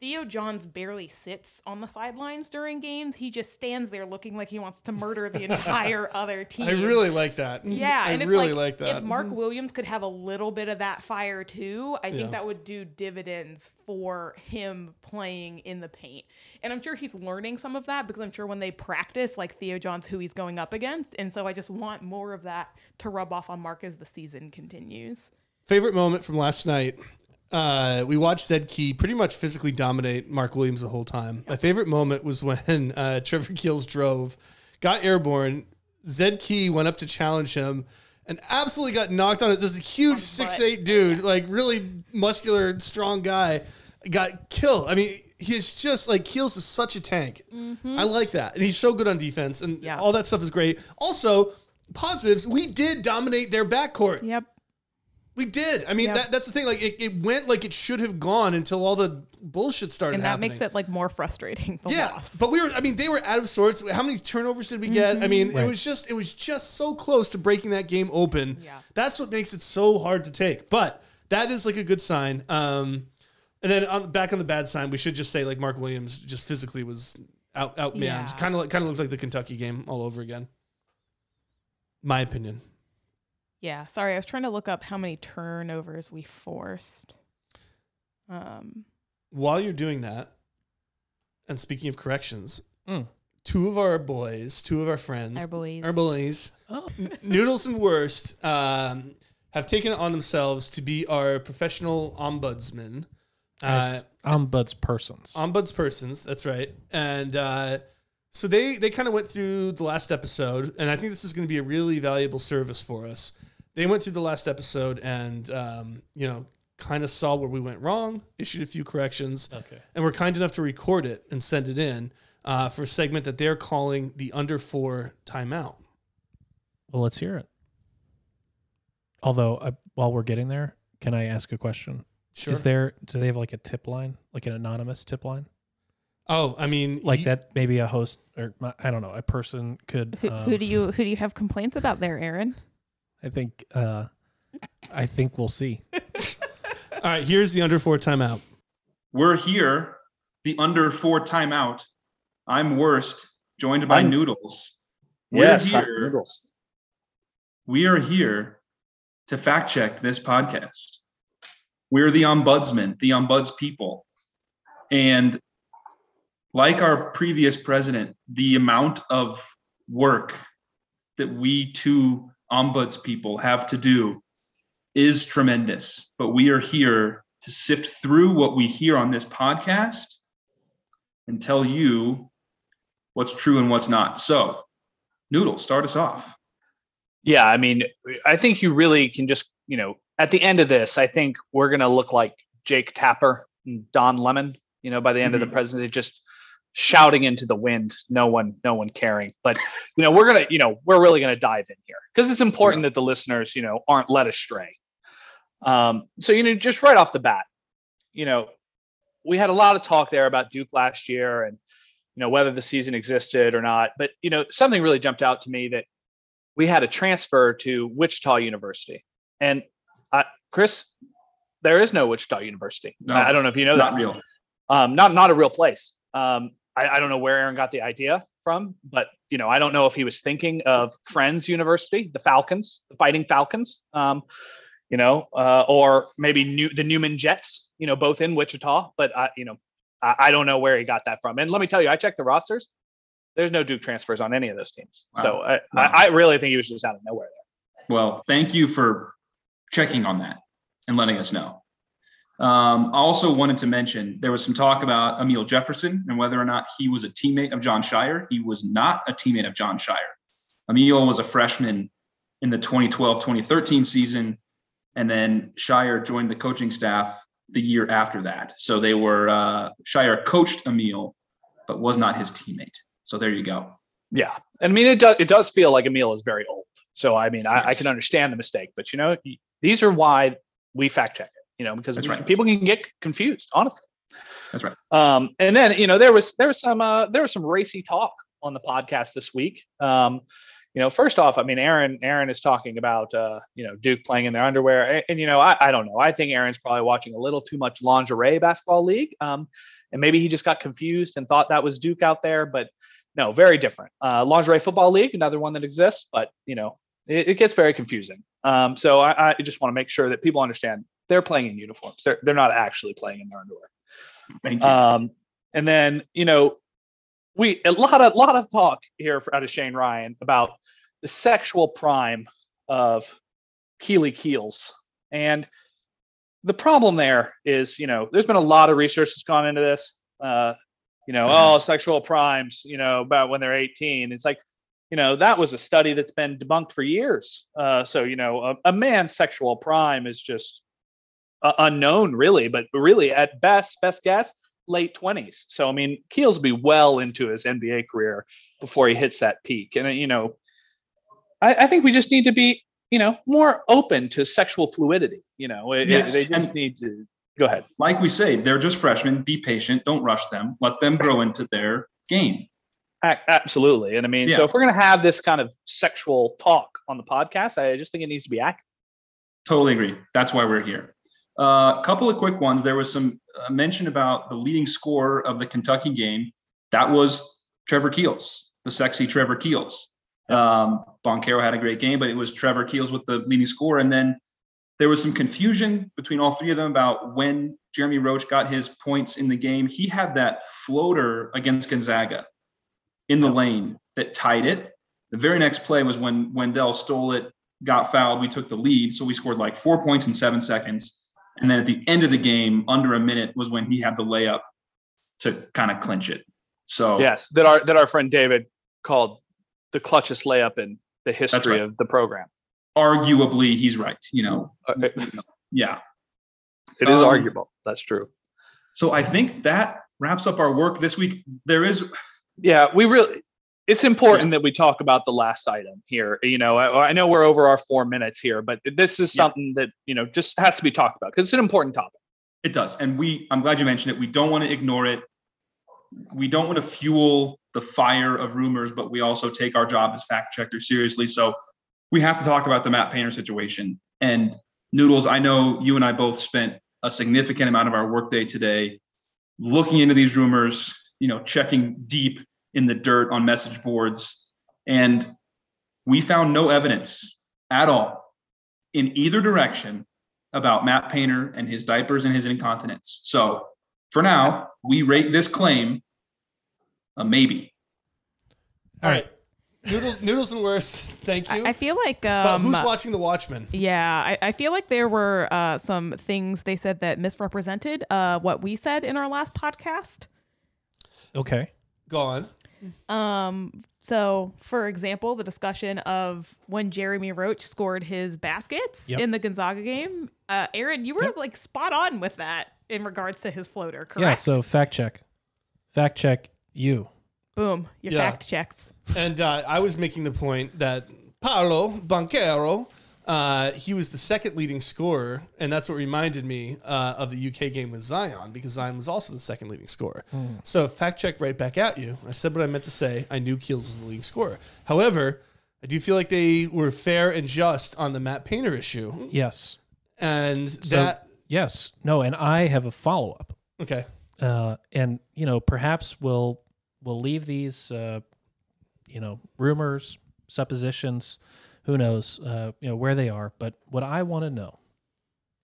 [SPEAKER 2] Theo Johns barely sits on the sidelines during games. He just stands there looking like he wants to murder the entire other team.
[SPEAKER 1] I really like that.
[SPEAKER 2] Yeah,
[SPEAKER 1] I
[SPEAKER 2] and if,
[SPEAKER 1] really like, that.
[SPEAKER 2] If Mark Williams could have a little bit of that fire too, I think
[SPEAKER 1] Yeah.
[SPEAKER 2] that would do dividends for him playing in the paint. And I'm sure he's learning some of that because I'm sure when they practice, like Theo John's who he's going up against. And so I just want more of that to rub off on Mark as the season continues.
[SPEAKER 1] Favorite moment from last night. Uh, we watched Zed Key pretty much physically dominate Mark Williams the whole time. My favorite moment was when uh, Trevor Keels drove, got airborne. Zed Key went up to challenge him and absolutely got knocked on it. This huge six eight dude, like really muscular, strong guy, got killed. I mean, he's just like Keels is such a tank. I like that, and he's so good on defense, and
[SPEAKER 2] Yeah.
[SPEAKER 1] all that stuff is great. Also, positives: we did dominate their backcourt.
[SPEAKER 2] Yep.
[SPEAKER 1] We did. I mean,
[SPEAKER 2] Yeah.
[SPEAKER 1] that, that's the thing. Like, it, it went like it should have gone until all the bullshit started
[SPEAKER 2] And that
[SPEAKER 1] happening.
[SPEAKER 2] makes it like more frustrating. The
[SPEAKER 1] Yeah,
[SPEAKER 2] loss. Mm-hmm.
[SPEAKER 1] but we were. I mean, they were out of sorts. How many turnovers did we get? I mean, it
[SPEAKER 3] Right.
[SPEAKER 1] was just. It was just so close to breaking that game open.
[SPEAKER 2] Yeah.
[SPEAKER 1] that's what makes it so hard to take. But that is like a good sign. Um, And then on, back on the bad side, we should just say like Mark Williams just physically was out outmanned.
[SPEAKER 2] Yeah.
[SPEAKER 1] Kind of kind of looked like the Kentucky game all over again. My opinion.
[SPEAKER 2] Yeah, sorry, I was trying to look up how many turnovers we forced. Um,
[SPEAKER 1] While you're doing that, and speaking of corrections,
[SPEAKER 3] Mm.
[SPEAKER 1] two of our boys, two of our friends,
[SPEAKER 2] our boys.
[SPEAKER 1] our bullies,
[SPEAKER 3] Oh.
[SPEAKER 1] N- Noodles and Worst, um, have taken it on themselves to be our professional ombudsman. Uh, um,
[SPEAKER 3] It's ombuds persons.
[SPEAKER 1] ombudspersons, that's right. And uh, so they they kind of went through the last episode, and I think this is going to be a really valuable service for us. They went through the last episode and um, you know kind of saw where we went wrong, issued a few corrections,
[SPEAKER 3] okay.
[SPEAKER 1] and were kind enough to record it and send it in uh, for a segment that they're calling the under four timeout.
[SPEAKER 3] Well, let's hear it. Although, uh, while we're getting there, can I ask a question?
[SPEAKER 1] Sure.
[SPEAKER 3] Is there do they have like a tip line, like an anonymous tip line,
[SPEAKER 1] oh, I mean,
[SPEAKER 3] like
[SPEAKER 1] ye-
[SPEAKER 3] that? Maybe a host or my, I don't know, a person could.
[SPEAKER 2] who,
[SPEAKER 3] um,
[SPEAKER 2] who do you who do you have complaints about there, Aaron?
[SPEAKER 3] I think. Uh, I think we'll see.
[SPEAKER 1] All right, here's the under four timeout.
[SPEAKER 5] We're here, the under four timeout. I'm worst, joined by
[SPEAKER 6] I'm-
[SPEAKER 5] Noodles. We're
[SPEAKER 6] Yes, hot
[SPEAKER 5] here.
[SPEAKER 6] noodles.
[SPEAKER 5] We are here to fact check this podcast. We're the ombudsman, the ombuds people. And like our previous president, the amount of work that we two ombuds people have to do is tremendous. But we are here to sift through what we hear on this podcast and tell you what's true and what's not. So, Noodle, start us off.
[SPEAKER 6] Yeah, I mean, I think you really can just, you know, at the end of this, I think we're gonna look like Jake Tapper and Don Lemon, you know, by the end of the
[SPEAKER 5] Mhm.
[SPEAKER 6] president, just shouting into the wind, no one, no one caring. But you know, we're gonna, you know, we're really gonna dive in here because it's important that the listeners, you know, aren't led astray. Um, so you know, just right off the bat, you know, we had a lot of talk there about Duke last year and you know whether the season existed or not. But you know, something really jumped out to me that we had a transfer to Wichita University, and uh, Chris, there is no Wichita University.
[SPEAKER 5] No,
[SPEAKER 6] I, I don't know if you know that
[SPEAKER 5] Not real.
[SPEAKER 6] um, not not a real place. Um, I, I don't know where Aaron got the idea from, but you know, I don't know if he was thinking of Friends University, the Falcons, the Fighting Falcons, um, you know, uh, or maybe New, the Newman Jets, you know, both in Wichita. But I, you know, I, I don't know where he got that from. And let me tell you, I checked the rosters. There's no Duke transfers on any of those teams, so I,
[SPEAKER 5] Wow.
[SPEAKER 6] I, I really think he was just out of nowhere.
[SPEAKER 5] Well, thank you for checking on that and letting us know. Um, I also wanted to mention there was some talk about Emil Jefferson and whether or not he was a teammate of John Shire. He was not a teammate of John Shire. Emil was a freshman in the 2012 2013 season, and then Shire joined the coaching staff the year after that. So they were, uh, Shire coached Emil, but was not his teammate. So there you go.
[SPEAKER 6] Yeah, I mean it does. It does feel like Emil is very old. So I mean, I, I
[SPEAKER 5] Yes.
[SPEAKER 6] can understand the mistake, but you know, y- these are why we fact check it. You know, because
[SPEAKER 5] That's
[SPEAKER 6] we-
[SPEAKER 5] right.
[SPEAKER 6] people can get confused, honestly.
[SPEAKER 5] That's right.
[SPEAKER 6] Um, and then you know there was there was some uh, there was some racy talk on the podcast this week. Um, you know, first off, I mean, Aaron Aaron is talking about uh, you know Duke playing in their underwear, A- and, you know, I, I don't know. I think Aaron's probably watching a little too much lingerie basketball league, um, and maybe he just got confused and thought that was Duke out there, but no, very different. Uh, lingerie football league, another one that exists, but you know, it, it gets very confusing. Um, so I, I just want to make sure that people understand they're playing in uniforms. They're they're not actually playing in their underwear.
[SPEAKER 5] Thank you.
[SPEAKER 6] Um, and then you know, we a lot of lot of talk here for, out of Shane Ryan about the sexual prime of Keely Keels, and the problem there is you know there's been a lot of research that's gone into this. Uh, you know,
[SPEAKER 5] Mhm.
[SPEAKER 6] oh, sexual primes, you know, about when they're 18. It's like, you know, that was a study that's been debunked for years. Uh, so, you know, a, a man's sexual prime is just uh, unknown, really, but really at best, best guess, late 20s. So, I mean, Keels will be well into his NBA career before he hits that peak. And, uh, you know, I, I think we just need to be, you know, more open to sexual fluidity. You know, It- it-
[SPEAKER 5] Yes,
[SPEAKER 6] they just
[SPEAKER 5] and-
[SPEAKER 6] need to go ahead.
[SPEAKER 5] like we say, they're just freshmen. Be patient. Don't rush them. Let them grow into their game.
[SPEAKER 6] A- Absolutely. And I mean, so
[SPEAKER 5] Yeah.
[SPEAKER 6] if we're going to have this kind of sexual talk on the podcast, I just think it needs to be accurate.
[SPEAKER 5] Totally agree. That's why we're here. A uh, couple of quick ones. There was some uh, mention about the leading scorer of the Kentucky game. That was Trevor Keels, the sexy Trevor Keels. Um, Boncaro had a great game, but it was Trevor Keels with the leading score. And then there was some confusion between all three of them about when Jeremy Roach got his points in the game. He had that floater against Gonzaga in the lane that tied it. The very next play was when Wendell stole it, got fouled. We took the lead. So we scored like four points in seven seconds. And then at the end of the game, under a minute, was when he had the layup to kind of clinch it. So
[SPEAKER 6] Yes, that our that our friend David called the clutchest layup in the history
[SPEAKER 5] right.
[SPEAKER 6] of the program.
[SPEAKER 5] arguably, he's right. You know,
[SPEAKER 6] Uh, It
[SPEAKER 5] yeah.
[SPEAKER 6] it is
[SPEAKER 5] Um,
[SPEAKER 6] arguable. That's true.
[SPEAKER 5] So I think that wraps up our work this week. There is
[SPEAKER 6] Yeah, we really. It's important that we talk about the last item here. You know, I, I know we're over our four minutes here, but this is
[SPEAKER 5] Yeah.
[SPEAKER 6] something that you know just has to be talked about because it's an important topic.
[SPEAKER 5] It does. And we, I'm glad you mentioned it. We don't want to ignore it. We don't want to fuel the fire of rumors, but we also take our job as fact checkers seriously. So we have to talk about the Matt Painter situation. And Noodles, I know you and I both spent a significant amount of our workday today looking into these rumors, you know, checking deep in the dirt on message boards. And we found no evidence at all in either direction about Matt Painter and his diapers and his incontinence. So for now, we rate this claim a maybe.
[SPEAKER 1] All right. Noodles, noodles and worse. Thank you.
[SPEAKER 2] I, I feel like
[SPEAKER 1] but
[SPEAKER 2] um,
[SPEAKER 1] who's watching The Watchmen?
[SPEAKER 2] Yeah, I, I feel like there were uh, some things they said that misrepresented uh, what we said in our last podcast.
[SPEAKER 3] Okay.
[SPEAKER 1] Go on.
[SPEAKER 2] Um, so, for example, the discussion of when Jeremy Roach scored his baskets
[SPEAKER 3] Yep.
[SPEAKER 2] in the Gonzaga game. Uh, Aaron, you were
[SPEAKER 3] Yep.
[SPEAKER 2] like spot on with that in regards to his floater, correct?
[SPEAKER 3] Yeah. So fact check. Fact check you.
[SPEAKER 2] boom, your
[SPEAKER 1] Yeah.
[SPEAKER 2] fact checks.
[SPEAKER 1] And uh, I was making the point that Paolo Banquero, uh, he was the second leading scorer, and that's what reminded me uh, of the UK game with Zion because Zion was also the second leading scorer.
[SPEAKER 3] Hmm.
[SPEAKER 1] So fact check right back at you. I said what I meant to say. I knew Keels was the leading scorer. However, I do feel like they were fair and just on the Matt Painter issue,
[SPEAKER 3] Yes.
[SPEAKER 1] and
[SPEAKER 3] So
[SPEAKER 1] that
[SPEAKER 3] yes. No. And I have a follow up.
[SPEAKER 1] okay.
[SPEAKER 3] uh, and you know perhaps we'll we'll leave these uh, you know rumors suppositions who knows uh, you know where they are but what i want to know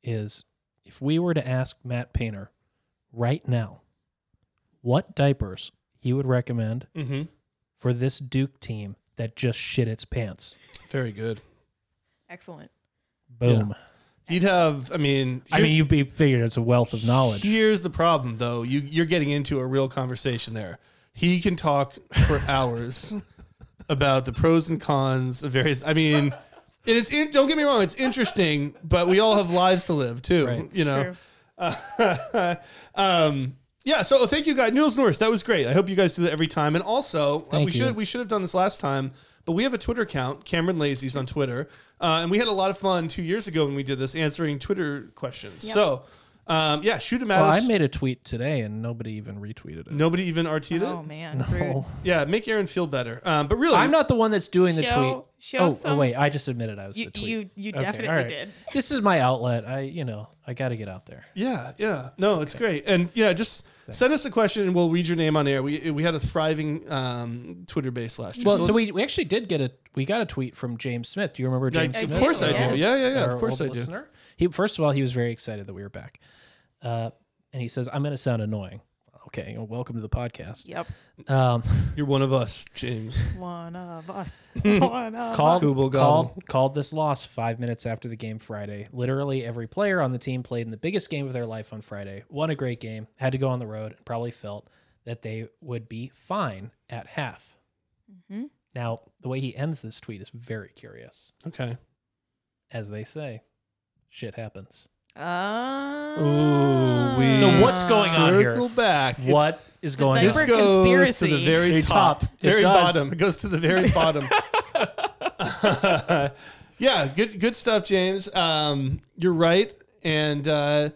[SPEAKER 3] is if we were to ask matt painter right now what diapers he would recommend
[SPEAKER 1] Mm-hmm.
[SPEAKER 3] for this duke team that just shit its pants
[SPEAKER 1] Very good.
[SPEAKER 2] Excellent.
[SPEAKER 3] boom
[SPEAKER 1] He'd have. I mean,
[SPEAKER 3] i mean you'd be figured it's a wealth of knowledge
[SPEAKER 1] Here's the problem, though. You you're getting into a real conversation there. He can talk for hours about the pros and cons of various. I mean, it is. In, don't get me wrong. It's interesting, but we all have lives to live too.
[SPEAKER 3] Right.
[SPEAKER 1] You know.
[SPEAKER 2] True.
[SPEAKER 1] Uh, um, yeah, so thank you guys, Noodles Norris. That was great. I hope you guys do that every time. And also, uh,
[SPEAKER 3] Thank
[SPEAKER 1] we
[SPEAKER 3] you.
[SPEAKER 1] should we should have done this last time, but we have a Twitter account, Cameron Lazy's on Twitter, uh, and we had a lot of fun two years ago when we did this answering Twitter questions. So, um, yeah, shoot him at
[SPEAKER 3] well, i
[SPEAKER 1] us.
[SPEAKER 3] made a tweet today and nobody even retweeted it
[SPEAKER 1] Nobody even RT'd
[SPEAKER 2] Oh
[SPEAKER 1] it.
[SPEAKER 2] man, rude.
[SPEAKER 1] Yeah, make Aaron feel better. Um, but really,
[SPEAKER 3] I'm not the one that's doing the
[SPEAKER 2] Show-
[SPEAKER 3] tweet.
[SPEAKER 2] show
[SPEAKER 3] oh, oh,
[SPEAKER 2] some-
[SPEAKER 3] wait, I just admitted I was
[SPEAKER 2] You,
[SPEAKER 3] the tweet.
[SPEAKER 2] you you
[SPEAKER 3] Okay,
[SPEAKER 2] definitely
[SPEAKER 3] all right.
[SPEAKER 2] did.
[SPEAKER 3] This is my outlet. I you know I got to get out there.
[SPEAKER 1] Yeah, yeah. No, it's great. And yeah, just send us a question and we'll read your name on air. We we had a thriving um, Twitter base last year.
[SPEAKER 3] Well, so
[SPEAKER 1] let's-
[SPEAKER 3] we, we actually did get a we got a tweet from James Smith. Do you remember
[SPEAKER 1] Yeah,
[SPEAKER 3] James?
[SPEAKER 1] of
[SPEAKER 3] Smith?
[SPEAKER 1] course I
[SPEAKER 2] do.
[SPEAKER 3] Our-
[SPEAKER 1] Yeah, yeah, yeah, of
[SPEAKER 3] our
[SPEAKER 1] course
[SPEAKER 3] old
[SPEAKER 1] I do.
[SPEAKER 3] Listener? He first of all he was very excited that we were back, uh, and he says I'm going to sound annoying. Okay, you know, welcome to the podcast.
[SPEAKER 2] Yep,
[SPEAKER 3] Um,
[SPEAKER 1] you're one of us, James.
[SPEAKER 2] one of us. One of
[SPEAKER 3] called
[SPEAKER 2] us.
[SPEAKER 1] Google gobble.
[SPEAKER 3] called called this loss five minutes after the game Friday. Literally every player on the team played in the biggest game of their life on Friday. Won a great game. Had to go on the road and probably felt that they would be fine at half.
[SPEAKER 2] Mhm.
[SPEAKER 3] Now the way he ends this tweet is very curious.
[SPEAKER 1] Okay.
[SPEAKER 3] As they say, shit happens.
[SPEAKER 2] Ah.
[SPEAKER 1] we
[SPEAKER 3] So what's going on here?
[SPEAKER 1] Circle back. It-
[SPEAKER 3] What is going
[SPEAKER 1] this
[SPEAKER 2] diaper
[SPEAKER 3] on?
[SPEAKER 1] goes
[SPEAKER 2] conspiracy.
[SPEAKER 1] to the very
[SPEAKER 3] The
[SPEAKER 1] top,
[SPEAKER 3] top. It
[SPEAKER 1] very
[SPEAKER 3] does.
[SPEAKER 1] bottom. It goes to the very bottom. yeah, good good stuff, James. Um, you're right, and uh,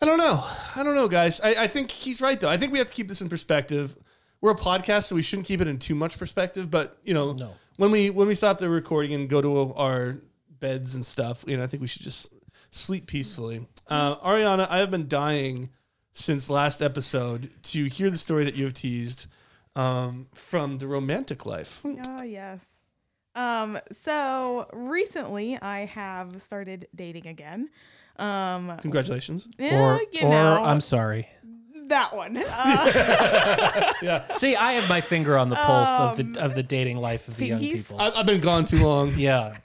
[SPEAKER 1] I don't know. I don't know, guys. I, I think he's right though. I think we have to keep this in perspective. We're a podcast, so we shouldn't keep it in too much perspective. But you know,
[SPEAKER 3] No.
[SPEAKER 1] when we when we stop the recording and go to our beds and stuff, you know, I think we should just sleep peacefully. Uh, Ariana, I have been dying since last episode to hear the story that you have teased um, from the romantic life.
[SPEAKER 2] Ah, yes. Um, so recently I have started dating again. Um,
[SPEAKER 1] Congratulations.
[SPEAKER 2] yeah,
[SPEAKER 3] or
[SPEAKER 2] you
[SPEAKER 3] or
[SPEAKER 2] know,
[SPEAKER 3] I'm sorry.
[SPEAKER 2] that one. Uh,
[SPEAKER 1] Yeah.
[SPEAKER 3] See, I have my finger on the pulse of
[SPEAKER 2] Um,
[SPEAKER 3] the of the dating life of the young
[SPEAKER 2] pinkies?
[SPEAKER 3] people.
[SPEAKER 1] I, I've been gone too long.
[SPEAKER 3] yeah.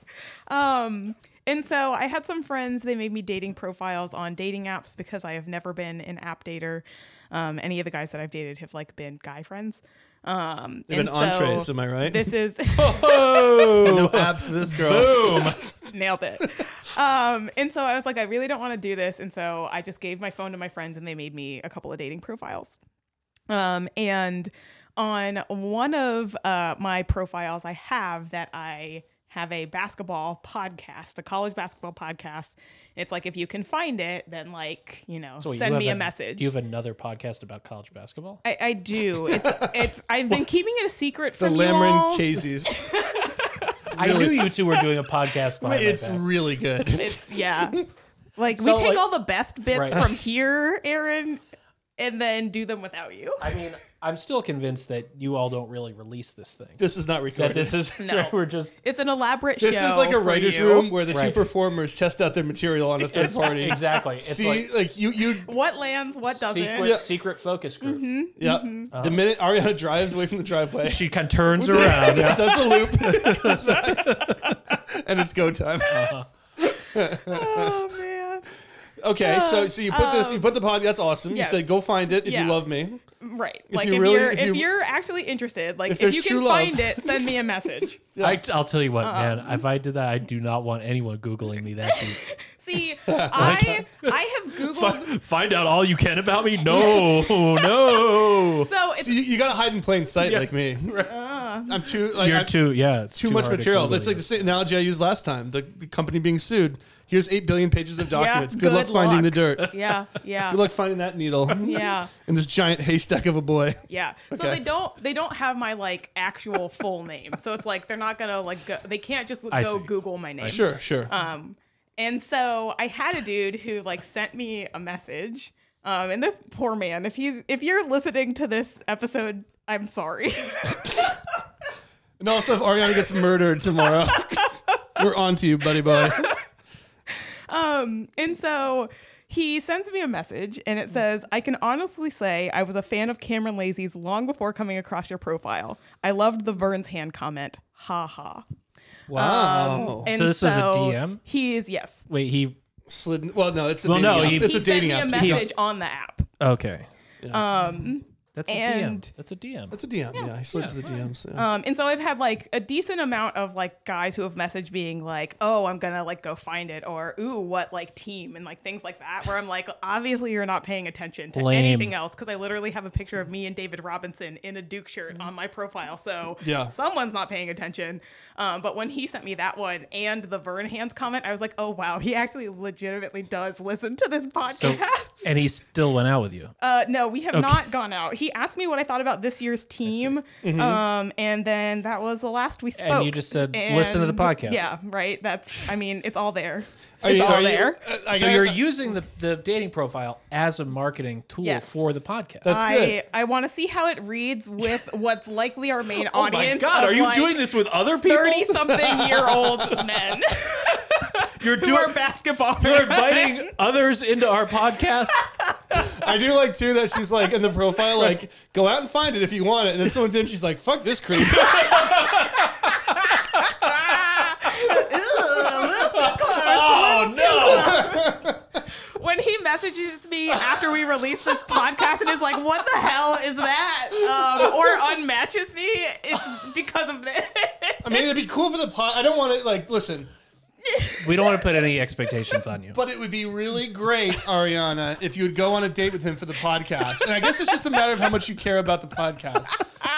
[SPEAKER 2] Um, and so I had some friends, they made me dating profiles on dating apps because I have never been an app dater. Um, any of the guys that I've dated have like been guy friends. Um,
[SPEAKER 1] They've
[SPEAKER 2] and
[SPEAKER 1] been entrees,
[SPEAKER 2] so
[SPEAKER 1] am I right?
[SPEAKER 2] this is
[SPEAKER 1] no apps for this girl. Boom.
[SPEAKER 2] nailed it. Um, and so I was like, I really don't want to do this. And so I just gave my phone to my friends and they made me a couple of dating profiles. Um, and on one of uh, my profiles, I have that I have a basketball podcast, a college basketball podcast. It's like, if you can find it, then like, you know,
[SPEAKER 3] So wait, you
[SPEAKER 2] Oh, send me a
[SPEAKER 3] have
[SPEAKER 2] message.
[SPEAKER 3] You have another podcast about college basketball.
[SPEAKER 2] I, I do. It's, it's, I've been keeping it a secret
[SPEAKER 1] The
[SPEAKER 2] from you all.
[SPEAKER 1] Lamrin Casey's. It's
[SPEAKER 3] I
[SPEAKER 1] really-
[SPEAKER 3] knew you two were doing a podcast. behind my
[SPEAKER 1] It's
[SPEAKER 3] back.
[SPEAKER 1] really good.
[SPEAKER 2] It's yeah. Like
[SPEAKER 3] So,
[SPEAKER 2] we take
[SPEAKER 3] like-
[SPEAKER 2] all the best bits
[SPEAKER 3] Right.
[SPEAKER 2] from here, Aaron, and then do them without you.
[SPEAKER 3] I mean, I'm still convinced that you all don't really release this thing.
[SPEAKER 1] This is not
[SPEAKER 3] that
[SPEAKER 1] recorded.
[SPEAKER 3] this is
[SPEAKER 2] No.
[SPEAKER 3] we're just
[SPEAKER 2] It's an elaborate
[SPEAKER 1] This
[SPEAKER 2] show.
[SPEAKER 1] is like a
[SPEAKER 2] for
[SPEAKER 1] writer's
[SPEAKER 2] you.
[SPEAKER 1] room where the two
[SPEAKER 3] Right.
[SPEAKER 1] performers test out their material on a third
[SPEAKER 3] it's like-
[SPEAKER 1] party.
[SPEAKER 3] exactly. It's
[SPEAKER 1] See,
[SPEAKER 3] like
[SPEAKER 1] like, you, you,
[SPEAKER 2] What lands, what doesn't. Mm-hmm.
[SPEAKER 3] secret
[SPEAKER 1] Yeah.
[SPEAKER 3] secret focus group.
[SPEAKER 1] yeah. The minute Ariana drives away from the driveway,
[SPEAKER 3] Mm-hmm. Uh-huh. She kind of turns around. yeah.
[SPEAKER 1] does a loop, comes back, and it's go time.
[SPEAKER 3] Uh-huh.
[SPEAKER 2] Oh man.
[SPEAKER 1] Okay,
[SPEAKER 3] Uh,
[SPEAKER 1] so so you put this, you put the pod. That's awesome.
[SPEAKER 2] yes.
[SPEAKER 1] You said go find it if
[SPEAKER 2] Yeah.
[SPEAKER 1] you love me.
[SPEAKER 2] Right. Like
[SPEAKER 1] you
[SPEAKER 2] if,
[SPEAKER 1] really-
[SPEAKER 2] you're
[SPEAKER 1] if
[SPEAKER 2] if,
[SPEAKER 1] you-
[SPEAKER 2] you're actually interested, like
[SPEAKER 1] If
[SPEAKER 2] if,
[SPEAKER 1] there's
[SPEAKER 2] you
[SPEAKER 1] true
[SPEAKER 2] can
[SPEAKER 1] love.
[SPEAKER 2] find it, send me a message.
[SPEAKER 3] I, I'll tell you what,
[SPEAKER 2] Uh-huh.
[SPEAKER 3] man. If I did that, I do not want anyone googling me that deep.
[SPEAKER 2] See, I I have Googled
[SPEAKER 3] Find out all you can about me? No, no.
[SPEAKER 2] so it's
[SPEAKER 1] So you, you gotta hide in plain sight like me. I'm too like
[SPEAKER 3] You're
[SPEAKER 1] I'm
[SPEAKER 3] too yeah. it's
[SPEAKER 1] too, much
[SPEAKER 3] hard to
[SPEAKER 1] material.
[SPEAKER 3] Google
[SPEAKER 1] It's like
[SPEAKER 3] you.
[SPEAKER 1] the same analogy I used last time. The, the company being sued. Here's eight billion pages of documents. good,
[SPEAKER 2] good
[SPEAKER 1] luck, finding the
[SPEAKER 2] luck.
[SPEAKER 1] dirt.
[SPEAKER 2] yeah, yeah.
[SPEAKER 1] Good luck finding that needle.
[SPEAKER 2] Yeah.
[SPEAKER 1] And this giant haystack of a boy.
[SPEAKER 2] Yeah. So
[SPEAKER 1] Okay.
[SPEAKER 2] they don't they don't have my like actual full name. So it's like they're not gonna like go, they can't just
[SPEAKER 3] I
[SPEAKER 2] go
[SPEAKER 3] see.
[SPEAKER 2] Google my name.
[SPEAKER 1] Sure, sure.
[SPEAKER 2] Um, and so I had a dude who like sent me a message. Um, and this poor man, if he's if you're listening to this episode, I'm sorry.
[SPEAKER 1] and also, if Ariana gets murdered tomorrow, we're on to you, buddy boy.
[SPEAKER 2] um, and so he sends me a message and it says, I can honestly say I was a fan of Cameron Lazy's long before coming across your profile. I loved the Vern's hand comment. Ha ha. Um,
[SPEAKER 1] Wow.
[SPEAKER 2] And
[SPEAKER 3] Oh. So this was a DM?
[SPEAKER 2] He is yes.
[SPEAKER 3] Wait, he
[SPEAKER 1] Slid. Well, no, it's a
[SPEAKER 3] Well,
[SPEAKER 1] dating
[SPEAKER 3] no,
[SPEAKER 1] app.
[SPEAKER 3] he-
[SPEAKER 1] it's
[SPEAKER 2] he
[SPEAKER 1] a dating
[SPEAKER 2] sent
[SPEAKER 1] app.
[SPEAKER 2] me a message on the app.
[SPEAKER 3] okay.
[SPEAKER 2] Um,
[SPEAKER 3] That's a
[SPEAKER 2] And-
[SPEAKER 3] DM. That's a DM.
[SPEAKER 1] It's a DM. Yeah, he slid
[SPEAKER 3] yeah,
[SPEAKER 1] to the
[SPEAKER 3] fine.
[SPEAKER 1] DMs. Yeah.
[SPEAKER 2] um, and so I've had like a decent amount of like guys who have messaged being like, "Oh, I'm gonna like go find it," or "Ooh, what like team?" and like things like that. Where I'm like, obviously you're not paying attention to
[SPEAKER 3] Lame.
[SPEAKER 2] anything else because I literally have a picture of me and David Robinson in a Duke shirt on my profile. So
[SPEAKER 1] Yeah.
[SPEAKER 2] someone's not paying attention. Um, but when he sent me that one and the Vern Hands comment, I was like, "Oh wow, he actually legitimately does listen to this
[SPEAKER 3] So,
[SPEAKER 2] podcast."
[SPEAKER 3] and he still went out with you.
[SPEAKER 2] Uh, no, we have not gone out. He asked me what I thought about this year's team,
[SPEAKER 1] Mm-hmm.
[SPEAKER 2] um, and then that was the last we spoke.
[SPEAKER 3] And you just said, "Listen to the
[SPEAKER 2] And-
[SPEAKER 3] podcast."
[SPEAKER 2] Yeah, right. That's. I mean, it's all there.
[SPEAKER 1] Are you-
[SPEAKER 2] it's all
[SPEAKER 1] are you-
[SPEAKER 2] there.
[SPEAKER 1] uh, I
[SPEAKER 3] so
[SPEAKER 1] gotta-
[SPEAKER 3] you're using the, the dating profile as a marketing tool
[SPEAKER 2] Yes.
[SPEAKER 3] for the podcast.
[SPEAKER 1] That's good.
[SPEAKER 2] I I want to see how it reads with what's likely our main
[SPEAKER 3] oh my
[SPEAKER 2] audience.
[SPEAKER 3] god,
[SPEAKER 2] of,
[SPEAKER 3] are you
[SPEAKER 2] like,
[SPEAKER 3] doing this with other people?
[SPEAKER 2] Thirty something year old men
[SPEAKER 3] You're
[SPEAKER 2] who are
[SPEAKER 3] doing
[SPEAKER 2] basketball.
[SPEAKER 3] you're
[SPEAKER 2] fans.
[SPEAKER 3] inviting others into our podcast.
[SPEAKER 1] I do like too that she's like in the profile, like go out and find it if you want it, and then someone did. She's like, "Fuck this creep."
[SPEAKER 3] oh no!
[SPEAKER 2] Oh, when he messages me after we release this podcast and is like, "What the hell is that?" Um, or unmatches me, it's because of this.
[SPEAKER 1] I mean, it'd be cool for the pod. I don't want to like listen,
[SPEAKER 3] We don't want to put any expectations on you.
[SPEAKER 1] but it would be really great, Ariana, if you would go on a date with him for the podcast. And I guess it's just a matter of how much you care about the podcast.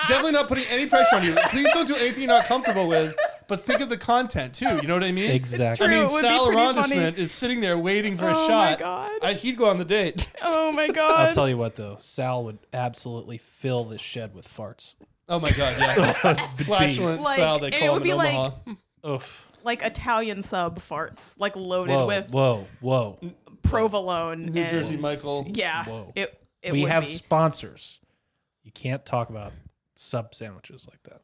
[SPEAKER 1] Definitely not putting any pressure on you. Please don't do anything you're not comfortable with. But think of the content too. You know what I mean?
[SPEAKER 3] exactly.
[SPEAKER 1] I
[SPEAKER 2] True,
[SPEAKER 1] mean,
[SPEAKER 2] it would be
[SPEAKER 1] Sal
[SPEAKER 2] pretty
[SPEAKER 1] Arrondissement is sitting there waiting for a
[SPEAKER 2] Oh my
[SPEAKER 1] shot.
[SPEAKER 2] God.
[SPEAKER 1] I, he'd go on the date.
[SPEAKER 2] Oh my
[SPEAKER 3] I'll
[SPEAKER 2] god!
[SPEAKER 3] tell you what though, Sal would absolutely fill this shed with farts.
[SPEAKER 1] Oh my god, yeah. Flatulent
[SPEAKER 2] Like,
[SPEAKER 1] Sal, they
[SPEAKER 2] and it
[SPEAKER 1] call him
[SPEAKER 2] would
[SPEAKER 1] in
[SPEAKER 2] be like-
[SPEAKER 1] Omaha.
[SPEAKER 3] Oof.
[SPEAKER 2] like Italian sub farts, like loaded
[SPEAKER 3] Whoa,
[SPEAKER 2] with
[SPEAKER 3] whoa, whoa,
[SPEAKER 2] provolone.
[SPEAKER 1] New
[SPEAKER 2] and-
[SPEAKER 1] Jersey Michael.
[SPEAKER 2] Yeah.
[SPEAKER 3] Whoa.
[SPEAKER 2] It it
[SPEAKER 3] we
[SPEAKER 2] would
[SPEAKER 3] have
[SPEAKER 2] be.
[SPEAKER 3] sponsors. You can't talk about sub sandwiches like that.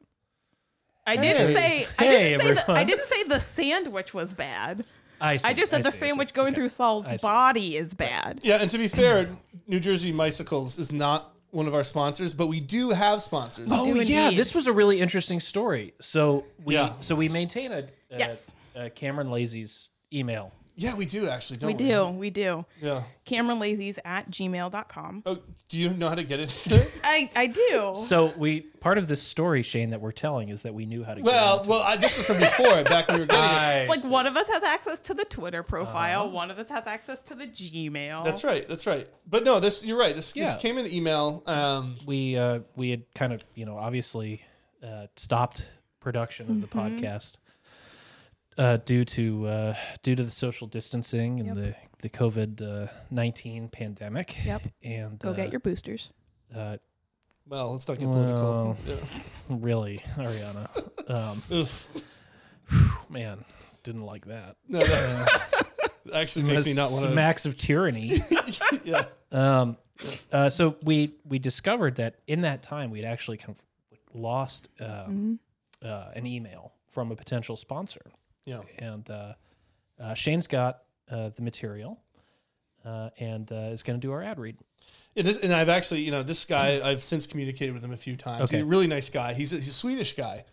[SPEAKER 2] I didn't
[SPEAKER 1] Hey.
[SPEAKER 2] say I
[SPEAKER 3] Hey,
[SPEAKER 2] didn't say the, I
[SPEAKER 3] everyone.
[SPEAKER 2] didn't say the sandwich was bad.
[SPEAKER 3] I, see,
[SPEAKER 2] I just said the
[SPEAKER 3] see, I see.
[SPEAKER 2] sandwich going
[SPEAKER 3] Okay.
[SPEAKER 2] through Saul's
[SPEAKER 3] I see.
[SPEAKER 2] body is bad.
[SPEAKER 1] Yeah, and to be fair, New Jersey Bicycles is not one of our sponsors, but we do have sponsors.
[SPEAKER 3] Oh
[SPEAKER 2] do
[SPEAKER 3] yeah,
[SPEAKER 2] indeed.
[SPEAKER 3] this was a really interesting story. So we
[SPEAKER 1] Yeah.
[SPEAKER 3] so we maintain a, a,
[SPEAKER 2] Yes.
[SPEAKER 3] a Cameron Lazy's email.
[SPEAKER 1] Yeah, we do actually. Don't
[SPEAKER 2] We do, we do.
[SPEAKER 1] Yeah.
[SPEAKER 2] CameronLazy's at gmail.com.
[SPEAKER 1] Oh, do you know how to get it?
[SPEAKER 2] I, I do.
[SPEAKER 3] So we part of this story, Shane, that we're telling is that we knew how to.
[SPEAKER 1] well, well, I, this is from before, back when we were
[SPEAKER 3] get
[SPEAKER 1] getting it.
[SPEAKER 3] it.
[SPEAKER 2] It's like one of us has access to the Twitter profile, one of us has access to the Gmail.
[SPEAKER 1] That's right. That's right. But no, this you're right. This
[SPEAKER 3] Yeah.
[SPEAKER 1] this came in the email. Um,
[SPEAKER 3] we uh, we had kind of you know obviously uh, stopped production of the
[SPEAKER 2] Mm-hmm.
[SPEAKER 3] podcast uh, due to uh, due to the social distancing and the the COVID uh, nineteen pandemic.
[SPEAKER 2] Yep.
[SPEAKER 3] And
[SPEAKER 2] Go
[SPEAKER 3] uh,
[SPEAKER 2] get your boosters.
[SPEAKER 3] uh,
[SPEAKER 1] well, let's not get political.
[SPEAKER 3] Well. really Ariana. Um,
[SPEAKER 1] Yeah. Oof.
[SPEAKER 3] man, didn't like that.
[SPEAKER 1] No, that's actually makes me not want to.
[SPEAKER 3] smacks of tyranny.
[SPEAKER 1] Yeah.
[SPEAKER 3] Um, uh, so we we discovered that in that time we'd actually kind of lost
[SPEAKER 2] Uh-huh.
[SPEAKER 1] Mm-hmm.
[SPEAKER 3] um, uh, an email from a potential sponsor,
[SPEAKER 1] Yeah.
[SPEAKER 3] and uh, uh, Shane's got uh, the material uh, and uh, is going to do our ad read.
[SPEAKER 1] It is, and I've actually, you know, this guy, I've since communicated with him a few times.
[SPEAKER 3] Okay.
[SPEAKER 1] He's a really nice guy. He's a, he's a Swedish guy.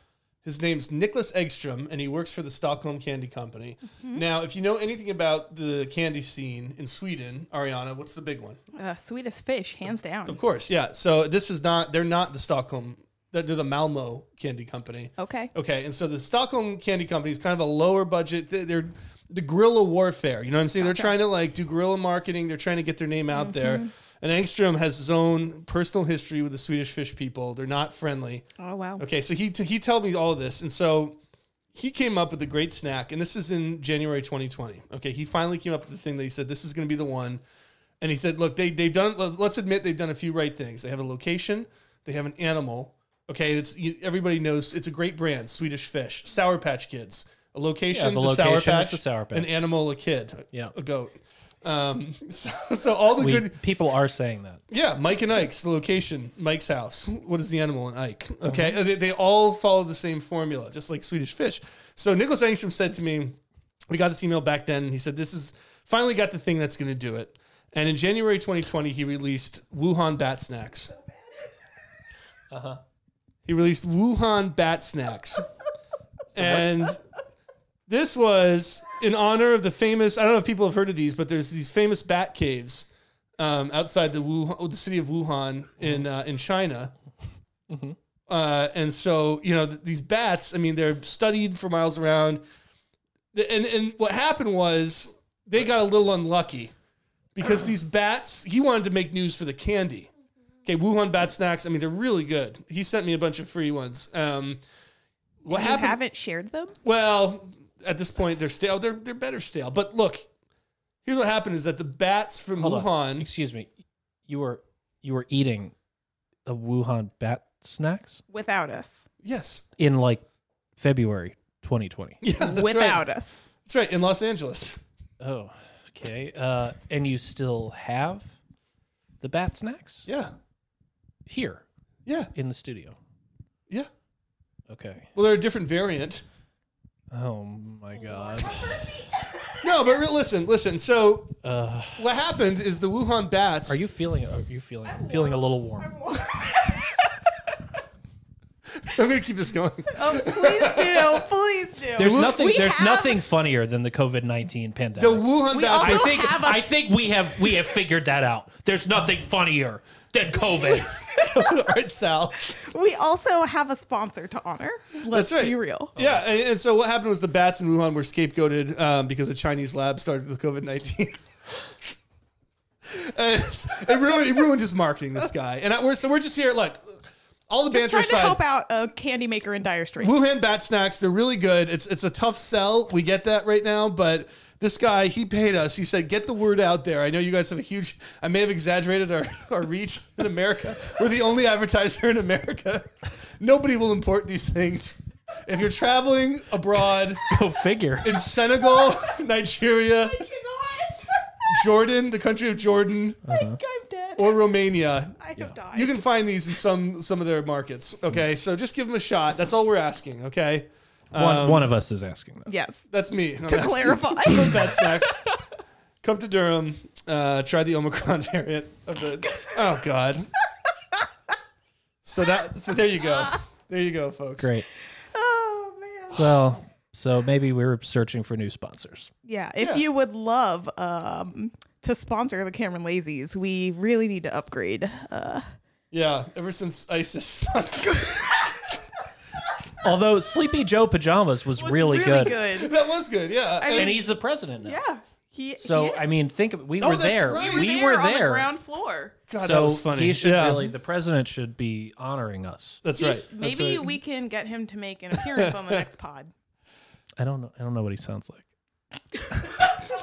[SPEAKER 1] His name's Nicholas Egstrom, and he works for the Stockholm Candy Company. Now, if you know anything about the candy scene in Sweden, Ariana, what's the big one?
[SPEAKER 2] Uh, sweetest fish, hands down.
[SPEAKER 1] Of course, yeah. So this is not, they're not the Stockholm, they're they're the Malmo Candy Company.
[SPEAKER 2] Okay.
[SPEAKER 1] Okay, and so the Stockholm Candy Company is kind of a lower budget. they- They're the guerrilla warfare. You know what I'm saying? They're trying to like do guerrilla marketing. They're trying to get their name out there. And Engstrom has his own personal history with the Swedish fish people. They're not friendly.
[SPEAKER 2] Oh wow.
[SPEAKER 1] Okay, so he he told me all this, and so he came up with a great snack, and this is in January 2020. Okay, he finally came up with the thing that he said this is going to be the one, and he said, look, they they've done. Let's admit they've done a few right things. They have a location, they have an animal. Okay, it's you, everybody knows it's a great brand, Swedish Fish, Sour Patch Kids. A location,
[SPEAKER 3] Yeah, the
[SPEAKER 1] the, Sour
[SPEAKER 3] location,
[SPEAKER 1] Patch,
[SPEAKER 3] it's the Sour Patch.
[SPEAKER 1] an animal, a kid,
[SPEAKER 3] Yeah.
[SPEAKER 1] a goat. Um, so, so all the
[SPEAKER 3] We,
[SPEAKER 1] Oh, good
[SPEAKER 3] People are saying that.
[SPEAKER 1] yeah, Mike and Ike's the location, Mike's house. What is the animal in Ike? Okay, uh, they, they all follow the same formula, just like Swedish Fish. So Nicholas Engstrom said to me, we got this email back then, and he said, "This is finally got the thing that's going to do it." And in January 2020, he released Wuhan Bat Snacks. Uh huh. He released Wuhan Bat Snacks, and this was in honor of the famous. I don't know if people have heard of these, but there's these famous bat caves um, outside the Wuhan, oh, the city of Wuhan in uh, in China. Uh, and so you know th- these bats. I mean, they're studied for miles around. The- And and what happened was they got a little unlucky because these bats. He wanted to make news for the candy. Okay, Wuhan bat snacks. I mean, they're really good. He sent me a bunch of free ones. Um, what
[SPEAKER 2] You
[SPEAKER 1] happened?
[SPEAKER 2] haven't shared them?
[SPEAKER 1] Well, at this point, they're stale. They're they're better stale. But look, here's what happened: is that the bats from
[SPEAKER 3] Hold
[SPEAKER 1] Wuhan.
[SPEAKER 3] on. Excuse me. You were you were eating the Wuhan bat snacks
[SPEAKER 2] Without us.
[SPEAKER 1] Yes,
[SPEAKER 3] in like February 2020.
[SPEAKER 1] yeah, that's
[SPEAKER 2] Without
[SPEAKER 1] right.
[SPEAKER 2] us.
[SPEAKER 1] That's right in Los Angeles.
[SPEAKER 3] Oh, okay. Uh, and you still have the bat snacks
[SPEAKER 1] Yeah,
[SPEAKER 3] here
[SPEAKER 1] yeah,
[SPEAKER 3] in the studio.
[SPEAKER 1] yeah.
[SPEAKER 3] Okay.
[SPEAKER 1] Well, they're a different variant.
[SPEAKER 3] Oh my god.
[SPEAKER 1] No, but re- listen, listen. So
[SPEAKER 3] Uh,
[SPEAKER 1] what happened is the Wuhan bats.
[SPEAKER 3] are you feeling? Are you feeling? I'm feeling a little warm.
[SPEAKER 1] I'm gonna keep this going.
[SPEAKER 2] Oh, please do. Please do.
[SPEAKER 3] There's
[SPEAKER 1] Wu-
[SPEAKER 3] nothing.
[SPEAKER 2] we
[SPEAKER 3] There's
[SPEAKER 2] have-
[SPEAKER 3] nothing funnier than the COVID nineteen pandemic.
[SPEAKER 1] The Wuhan
[SPEAKER 2] We
[SPEAKER 1] bats.
[SPEAKER 2] also
[SPEAKER 3] I
[SPEAKER 1] were-
[SPEAKER 3] think.
[SPEAKER 2] have a-
[SPEAKER 3] I think we have. We have figured that out. There's nothing funnier than COVID.
[SPEAKER 1] all right, Sal.
[SPEAKER 2] we also have a sponsor to honor. Let's
[SPEAKER 1] That's right.
[SPEAKER 2] be real.
[SPEAKER 1] Yeah, and, and so what happened was the bats in Wuhan were scapegoated um, because a Chinese lab started with COVID nineteen. it ruined it ruined his marketing. This guy and I, we're so we're just here. Look, all the banter
[SPEAKER 2] Trying to
[SPEAKER 1] aside,
[SPEAKER 2] help out a candy maker in dire straits.
[SPEAKER 1] Wuhan bat snacks, they're really good. It's it's a tough sell. We get that right now, but this guy, he paid us. He said, get the word out there. I know you guys have a huge I may have exaggerated our, our reach in America. We're the only advertiser in America. Nobody will import these things. If you're traveling abroad
[SPEAKER 3] Go figure.
[SPEAKER 1] in Senegal, Nigeria,
[SPEAKER 2] I cannot.
[SPEAKER 1] Jordan, the country of Jordan,
[SPEAKER 2] I think I'm dead.
[SPEAKER 1] or Romania,
[SPEAKER 2] I have died.
[SPEAKER 1] you can find these in some some of their markets. Okay, so just give them a shot. That's all we're asking. Okay,
[SPEAKER 3] One,
[SPEAKER 1] Um,
[SPEAKER 3] one of us is asking that.
[SPEAKER 2] yes.
[SPEAKER 1] that's me. I'm
[SPEAKER 2] To
[SPEAKER 1] asking.
[SPEAKER 2] clarify.
[SPEAKER 1] Come bad snack. Come to Durham. Uh, try the Omicron variant of the. Oh God. So that so there you go. There you go, folks.
[SPEAKER 3] Great.
[SPEAKER 2] oh man.
[SPEAKER 3] Well, so maybe we were searching for new sponsors.
[SPEAKER 2] Yeah. If
[SPEAKER 1] Yeah.
[SPEAKER 2] you would love um, to sponsor the Cameron Lazies, we really need to upgrade. Uh,
[SPEAKER 1] Yeah. Ever since ISIS sponsored,
[SPEAKER 3] Although Sleepy Joe Pajamas was,
[SPEAKER 2] was
[SPEAKER 3] really, good.
[SPEAKER 1] that was good. Yeah.
[SPEAKER 2] I mean-
[SPEAKER 3] And he's the president now.
[SPEAKER 2] Yeah. He. he is.
[SPEAKER 3] So, I mean, think of, we
[SPEAKER 1] Oh,
[SPEAKER 3] were
[SPEAKER 1] that's
[SPEAKER 3] there.
[SPEAKER 1] right.
[SPEAKER 3] We
[SPEAKER 2] There
[SPEAKER 3] were
[SPEAKER 2] on the
[SPEAKER 3] there.
[SPEAKER 2] ground floor.
[SPEAKER 1] God,
[SPEAKER 3] so
[SPEAKER 1] that was funny.
[SPEAKER 3] he should
[SPEAKER 1] yeah.
[SPEAKER 3] really, the president should be honoring us.
[SPEAKER 1] that's right. That's
[SPEAKER 2] Maybe
[SPEAKER 1] right.
[SPEAKER 2] we can get him to make an appearance on the next pod.
[SPEAKER 3] I don't know. I don't know what he sounds like.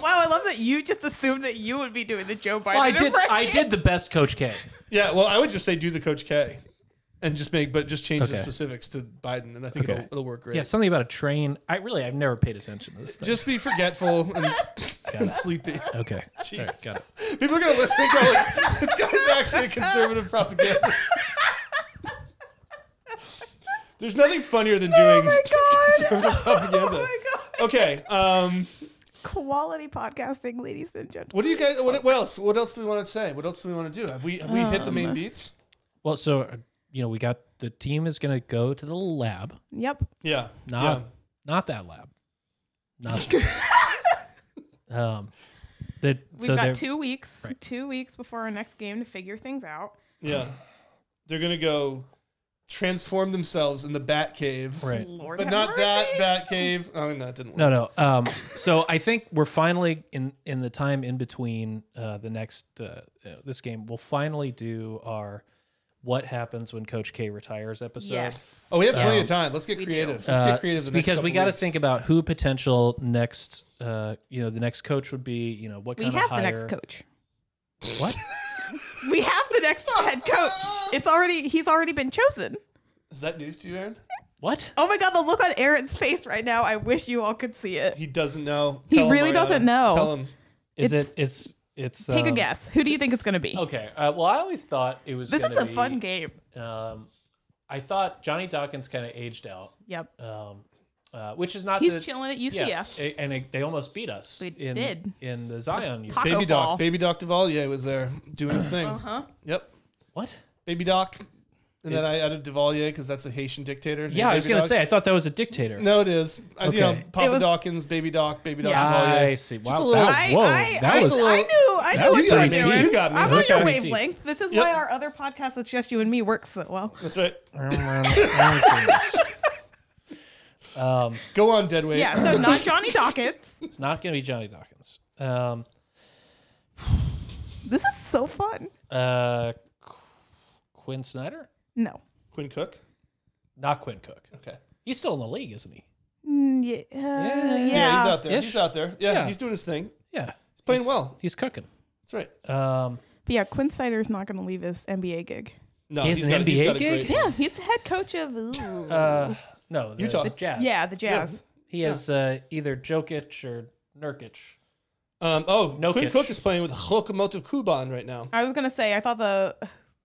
[SPEAKER 2] Wow, I love that you just assumed that you would be doing the Joe Biden
[SPEAKER 3] Well, I did. I
[SPEAKER 2] impression.
[SPEAKER 3] did the best Coach K.
[SPEAKER 1] Yeah. Well, I would just say do the Coach K, and just make but just change the
[SPEAKER 3] Okay.
[SPEAKER 1] specifics to Biden, and I think
[SPEAKER 3] Okay.
[SPEAKER 1] it'll, it'll work great.
[SPEAKER 3] Yeah, something about a train. I really, I've never paid attention to this thing.
[SPEAKER 1] Just be forgetful and, and sleepy.
[SPEAKER 3] okay. All right,
[SPEAKER 1] Jeez.
[SPEAKER 3] got it.
[SPEAKER 1] People are gonna listen and go like, "This guy's actually a conservative propagandist." There's nothing funnier than doing conservative propaganda.
[SPEAKER 2] Oh my Oh god.
[SPEAKER 1] Okay, um,
[SPEAKER 2] Quality podcasting, ladies and gentlemen.
[SPEAKER 1] what do you guys? What, what else? What else do we want to say? What else do we want to do? Have we have we hit
[SPEAKER 3] Um,
[SPEAKER 1] the main beats?
[SPEAKER 3] Well, so uh, you know, we got the team is going to go to the lab.
[SPEAKER 2] Yep.
[SPEAKER 1] Yeah.
[SPEAKER 3] Not not that lab. Not. um, the,
[SPEAKER 2] We've
[SPEAKER 3] so they're-
[SPEAKER 2] got two weeks.
[SPEAKER 3] Right.
[SPEAKER 2] Two weeks before our next game to figure things out.
[SPEAKER 1] yeah, yeah. They're gonna go transform themselves in the Bat Cave,
[SPEAKER 3] Right.
[SPEAKER 2] Lord
[SPEAKER 1] But
[SPEAKER 2] have
[SPEAKER 1] not
[SPEAKER 2] mercy.
[SPEAKER 1] that Bat Cave. Oh no, it didn't work.
[SPEAKER 3] No, no. Um, so I think we're finally in in the time in between uh, the next uh, you know, this game. We'll finally do our what happens when Coach K retires episode.
[SPEAKER 2] Yes.
[SPEAKER 1] Oh, we have plenty
[SPEAKER 3] Yeah.
[SPEAKER 1] of time. Let's get
[SPEAKER 2] We do.
[SPEAKER 1] creative. Let's
[SPEAKER 3] Um, Uh,
[SPEAKER 1] get creative. The next
[SPEAKER 3] because we
[SPEAKER 1] got to
[SPEAKER 3] think about who potential next, uh, you know, the next coach would be. You know, what
[SPEAKER 2] we
[SPEAKER 3] kind
[SPEAKER 2] have
[SPEAKER 3] of hire.
[SPEAKER 2] the next coach.
[SPEAKER 3] What?
[SPEAKER 2] We have the next head coach. It's already he's already been chosen.
[SPEAKER 1] Is that news to you, Aaron?
[SPEAKER 3] What?
[SPEAKER 2] Oh my god, the look on Aaron's face right now. I wish you all could see it.
[SPEAKER 1] He doesn't know.
[SPEAKER 2] He
[SPEAKER 1] him,
[SPEAKER 2] really doesn't know.
[SPEAKER 1] Tell him.
[SPEAKER 3] Is it? It's it's.
[SPEAKER 2] Take a
[SPEAKER 3] um,
[SPEAKER 2] guess. Who do you think it's going to be?
[SPEAKER 3] Okay. Uh, well, I always thought it was.
[SPEAKER 2] this
[SPEAKER 3] gonna
[SPEAKER 2] is a
[SPEAKER 3] be,
[SPEAKER 2] fun game.
[SPEAKER 3] Um, I thought Johnny Dawkins kind of aged out,
[SPEAKER 2] Yep.
[SPEAKER 3] um, uh, which is not.
[SPEAKER 2] He's
[SPEAKER 3] the,
[SPEAKER 2] chilling at UCF.
[SPEAKER 3] a- and it, they almost beat us.
[SPEAKER 2] They
[SPEAKER 3] in,
[SPEAKER 2] did.
[SPEAKER 3] in the Zion. year.
[SPEAKER 2] pocket- Taco
[SPEAKER 1] Baby
[SPEAKER 2] Fall.
[SPEAKER 1] Doc. Baby Doc Duvalier was there doing his thing.
[SPEAKER 2] Uh-huh.
[SPEAKER 1] Yep.
[SPEAKER 3] what?
[SPEAKER 1] Baby Doc. And then I added Duvalier because that's a Haitian dictator. named
[SPEAKER 3] Yeah, I was
[SPEAKER 1] Baby
[SPEAKER 3] gonna
[SPEAKER 1] Doc.
[SPEAKER 3] say. I thought that was a dictator.
[SPEAKER 1] No, it is. I, you know,
[SPEAKER 3] Okay.
[SPEAKER 1] Papa
[SPEAKER 2] It was-
[SPEAKER 1] Dawkins, Baby Doc, Baby Doc Duvalier.
[SPEAKER 3] I see. Wow.
[SPEAKER 1] Oh, Just a little-
[SPEAKER 3] that, Oh, whoa.
[SPEAKER 2] I,
[SPEAKER 3] that
[SPEAKER 2] I,
[SPEAKER 3] was.
[SPEAKER 1] a little-
[SPEAKER 2] I knew. I
[SPEAKER 3] that
[SPEAKER 2] knew
[SPEAKER 3] was
[SPEAKER 2] what you were
[SPEAKER 3] pretty deep.
[SPEAKER 2] doing.
[SPEAKER 1] You got me.
[SPEAKER 2] I'm
[SPEAKER 1] That
[SPEAKER 2] on
[SPEAKER 1] was
[SPEAKER 2] your
[SPEAKER 1] pretty
[SPEAKER 3] deep.
[SPEAKER 2] wavelength. This is
[SPEAKER 1] Yep.
[SPEAKER 2] why our other podcast that's just you and me works so well.
[SPEAKER 1] That's right.
[SPEAKER 3] um,
[SPEAKER 1] Go on, Deadweight.
[SPEAKER 2] Yeah. So not Johnny Dawkins.
[SPEAKER 3] it's not going to be Johnny Dawkins. Um,
[SPEAKER 2] This is so fun.
[SPEAKER 3] uh, Qu- Quinn Snyder,
[SPEAKER 2] No.
[SPEAKER 1] Quinn Cook.
[SPEAKER 3] not Quinn Cook.
[SPEAKER 1] Okay.
[SPEAKER 3] He's still in the league, isn't he?
[SPEAKER 2] Mm, yeah. uh, yeah.
[SPEAKER 1] Yeah, he's out there.
[SPEAKER 3] Ish.
[SPEAKER 1] He's out there. Yeah,
[SPEAKER 3] Yeah.
[SPEAKER 1] he's doing his thing.
[SPEAKER 3] Yeah, he's
[SPEAKER 1] playing well.
[SPEAKER 3] He's cooking.
[SPEAKER 1] That's right.
[SPEAKER 3] Um,
[SPEAKER 2] But yeah, Quinn Snyder is not going to leave his NBA gig.
[SPEAKER 1] No,
[SPEAKER 3] He has
[SPEAKER 1] he's
[SPEAKER 3] an
[SPEAKER 1] got, he's
[SPEAKER 3] NBA
[SPEAKER 1] got a
[SPEAKER 3] gig?
[SPEAKER 1] great.
[SPEAKER 2] Yeah, he's the head coach of. Ooh.
[SPEAKER 3] uh, no, the,
[SPEAKER 1] Utah.
[SPEAKER 3] the Jazz.
[SPEAKER 2] yeah, the Jazz.
[SPEAKER 3] he is uh, either Jokic or Nurkic.
[SPEAKER 1] Um, oh,
[SPEAKER 3] No
[SPEAKER 1] Quinn
[SPEAKER 3] kick.
[SPEAKER 1] Cook is playing with Lokomotiv Kuban right now.
[SPEAKER 2] I was going to say, I thought the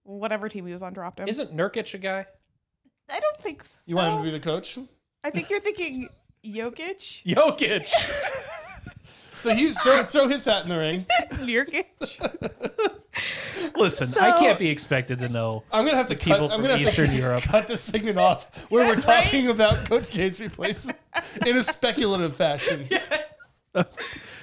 [SPEAKER 2] whatever team he was on dropped him.
[SPEAKER 3] Isn't Nurkic a guy?
[SPEAKER 2] I don't think so.
[SPEAKER 1] You want him to be the coach?
[SPEAKER 2] Oh. I think you're thinking Jokic,
[SPEAKER 3] Jokic.
[SPEAKER 1] So he's throw, throw his hat in the ring.
[SPEAKER 2] Nurkic.
[SPEAKER 3] Listen,
[SPEAKER 2] So-
[SPEAKER 3] I can't be expected to know.
[SPEAKER 1] I'm gonna have to
[SPEAKER 3] people
[SPEAKER 1] cut, I'm
[SPEAKER 3] from
[SPEAKER 1] gonna have to
[SPEAKER 3] Eastern Europe.
[SPEAKER 1] cut this segment off where we're
[SPEAKER 2] That's right.
[SPEAKER 1] talking about Coach K's replacement in a speculative fashion.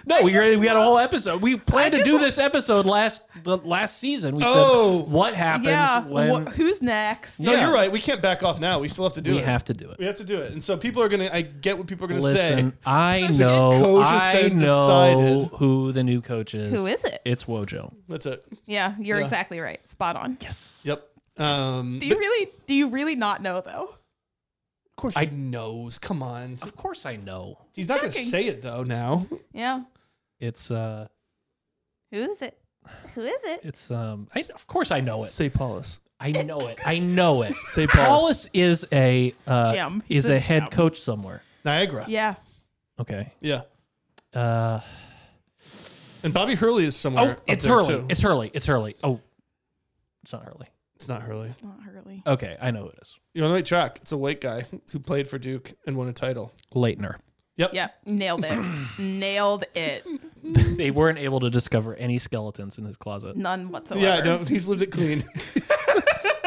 [SPEAKER 3] No, we we got a whole episode. We planned
[SPEAKER 2] I
[SPEAKER 3] to do
[SPEAKER 2] just-
[SPEAKER 3] this episode last the last season. We
[SPEAKER 1] Oh.
[SPEAKER 3] said what happens
[SPEAKER 2] Yeah.
[SPEAKER 3] when
[SPEAKER 2] wh- who's next?
[SPEAKER 1] No,
[SPEAKER 3] Yeah.
[SPEAKER 1] you're right. We can't back off now. We still have to do
[SPEAKER 3] we
[SPEAKER 1] it.
[SPEAKER 3] have to do
[SPEAKER 1] we
[SPEAKER 3] it.
[SPEAKER 1] have to do it. And so people are gonna. I get what people are gonna
[SPEAKER 3] Listen,
[SPEAKER 1] say.
[SPEAKER 3] I know,
[SPEAKER 1] Coach has
[SPEAKER 3] I
[SPEAKER 1] been
[SPEAKER 3] know
[SPEAKER 1] decided.
[SPEAKER 3] who the new coach is.
[SPEAKER 2] Who is it?
[SPEAKER 3] It's Wojo.
[SPEAKER 1] That's it.
[SPEAKER 2] Yeah, you're
[SPEAKER 1] Yeah.
[SPEAKER 2] exactly right. Spot on.
[SPEAKER 3] Yes.
[SPEAKER 1] Yep. Um,
[SPEAKER 2] Do you really? Do you really not know though?
[SPEAKER 1] of course,
[SPEAKER 3] I-
[SPEAKER 1] he knows. Come on.
[SPEAKER 3] Of course, I know.
[SPEAKER 1] He's not gonna
[SPEAKER 2] joking.
[SPEAKER 1] say it though. Now.
[SPEAKER 2] Yeah.
[SPEAKER 3] It's uh,
[SPEAKER 2] Who is it? Who is it?
[SPEAKER 3] it's um. I, of course, I know it.
[SPEAKER 1] Say Paulus.
[SPEAKER 3] I know it. I know it.
[SPEAKER 1] St. Paul's.
[SPEAKER 3] Paulus is a uh,
[SPEAKER 2] Gem. He's
[SPEAKER 3] is
[SPEAKER 2] a
[SPEAKER 3] a head
[SPEAKER 2] gem.
[SPEAKER 3] coach somewhere.
[SPEAKER 1] Niagara. Yeah.
[SPEAKER 2] Yeah.
[SPEAKER 3] Okay. Uh,
[SPEAKER 1] And Bobby Hurley is
[SPEAKER 3] oh,
[SPEAKER 1] somewhere. up
[SPEAKER 3] it's
[SPEAKER 1] there,
[SPEAKER 3] Hurley.
[SPEAKER 1] too.
[SPEAKER 3] It's Hurley. It's Hurley. Oh, it's not Hurley.
[SPEAKER 1] It's not Hurley.
[SPEAKER 2] It's not Hurley.
[SPEAKER 3] Okay, I know who it is.
[SPEAKER 1] You're on the right track. It's a white guy who played for Duke and won a title.
[SPEAKER 3] Leitner.
[SPEAKER 2] Yeah. Nailed it. Nailed it.
[SPEAKER 3] they weren't able to discover any skeletons in his closet.
[SPEAKER 2] None whatsoever.
[SPEAKER 1] Yeah, no, he's lived it clean.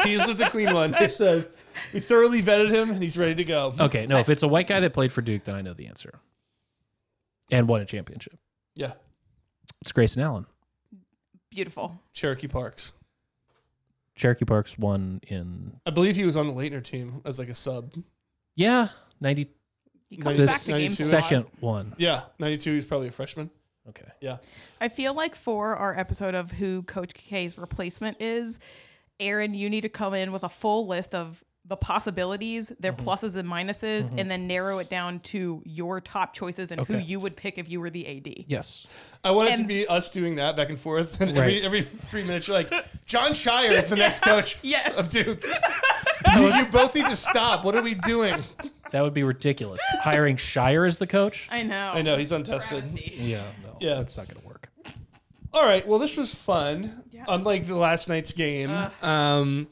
[SPEAKER 1] he's lived a clean one. So we thoroughly vetted him, and he's ready to go.
[SPEAKER 3] Okay, no, if it's a white guy that played for Duke, then I know the answer. And won a championship.
[SPEAKER 1] Yeah,
[SPEAKER 3] It's Grayson Allen.
[SPEAKER 2] Beautiful.
[SPEAKER 1] Cherokee Parks.
[SPEAKER 3] Cherokee Parks won in
[SPEAKER 1] I believe he was on the Leitner team as like a sub.
[SPEAKER 3] yeah ninety
[SPEAKER 2] He comes
[SPEAKER 1] This
[SPEAKER 2] back to game
[SPEAKER 1] Two.
[SPEAKER 3] second one.
[SPEAKER 1] Yeah, ninety-two. He's probably a freshman.
[SPEAKER 3] Okay,
[SPEAKER 1] Yeah,
[SPEAKER 2] I feel like for our episode of who Coach K's replacement is, Aaron, you need to come in with a full list of the possibilities, their
[SPEAKER 3] Mm-hmm.
[SPEAKER 2] pluses and minuses, and then narrow it down to your top choices and who
[SPEAKER 3] Okay.
[SPEAKER 2] you would pick if you were the AD.
[SPEAKER 3] yes,
[SPEAKER 1] I want it to
[SPEAKER 2] And-
[SPEAKER 1] be us doing that back and forth, and
[SPEAKER 3] Right.
[SPEAKER 1] every every three minutes you're like, John Shire is the next coach
[SPEAKER 2] Yes.
[SPEAKER 1] of Duke. you, you both need to stop. What are we doing?
[SPEAKER 3] that would be ridiculous. Hiring Shire as the coach.
[SPEAKER 2] I know.
[SPEAKER 1] I know he's untested.
[SPEAKER 3] Yeah, no,
[SPEAKER 1] Yeah.
[SPEAKER 3] that's not gonna work.
[SPEAKER 1] All right. Well, this was fun.
[SPEAKER 2] Yes.
[SPEAKER 1] Unlike the last night's game, um,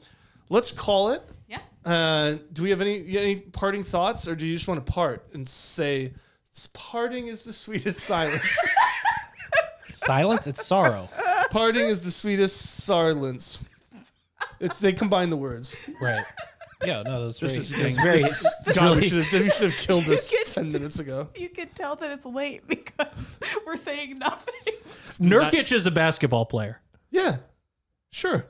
[SPEAKER 1] let's call it.
[SPEAKER 2] Yeah.
[SPEAKER 1] Uh, do we have any you any parting thoughts, or do you just want to part and say "S- parting is the sweetest silence?
[SPEAKER 3] Silence. It's sorrow.
[SPEAKER 1] parting is the sweetest silence. It's they combine the words.
[SPEAKER 3] Right. Yeah. No, that's
[SPEAKER 1] This
[SPEAKER 3] very,
[SPEAKER 1] is,
[SPEAKER 3] getting
[SPEAKER 1] it's
[SPEAKER 3] very.
[SPEAKER 1] very. God, we should have we should have killed this ten minutes ago.
[SPEAKER 2] You can tell that it's late because we're saying nothing.
[SPEAKER 3] Nurkic is a basketball player.
[SPEAKER 1] Yeah. Sure.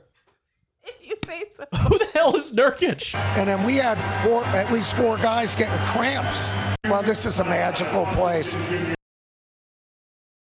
[SPEAKER 2] if you say so.
[SPEAKER 3] Who the hell is Nurkic?
[SPEAKER 7] And then we had four, at least four guys getting cramps. Well, this is a magical place.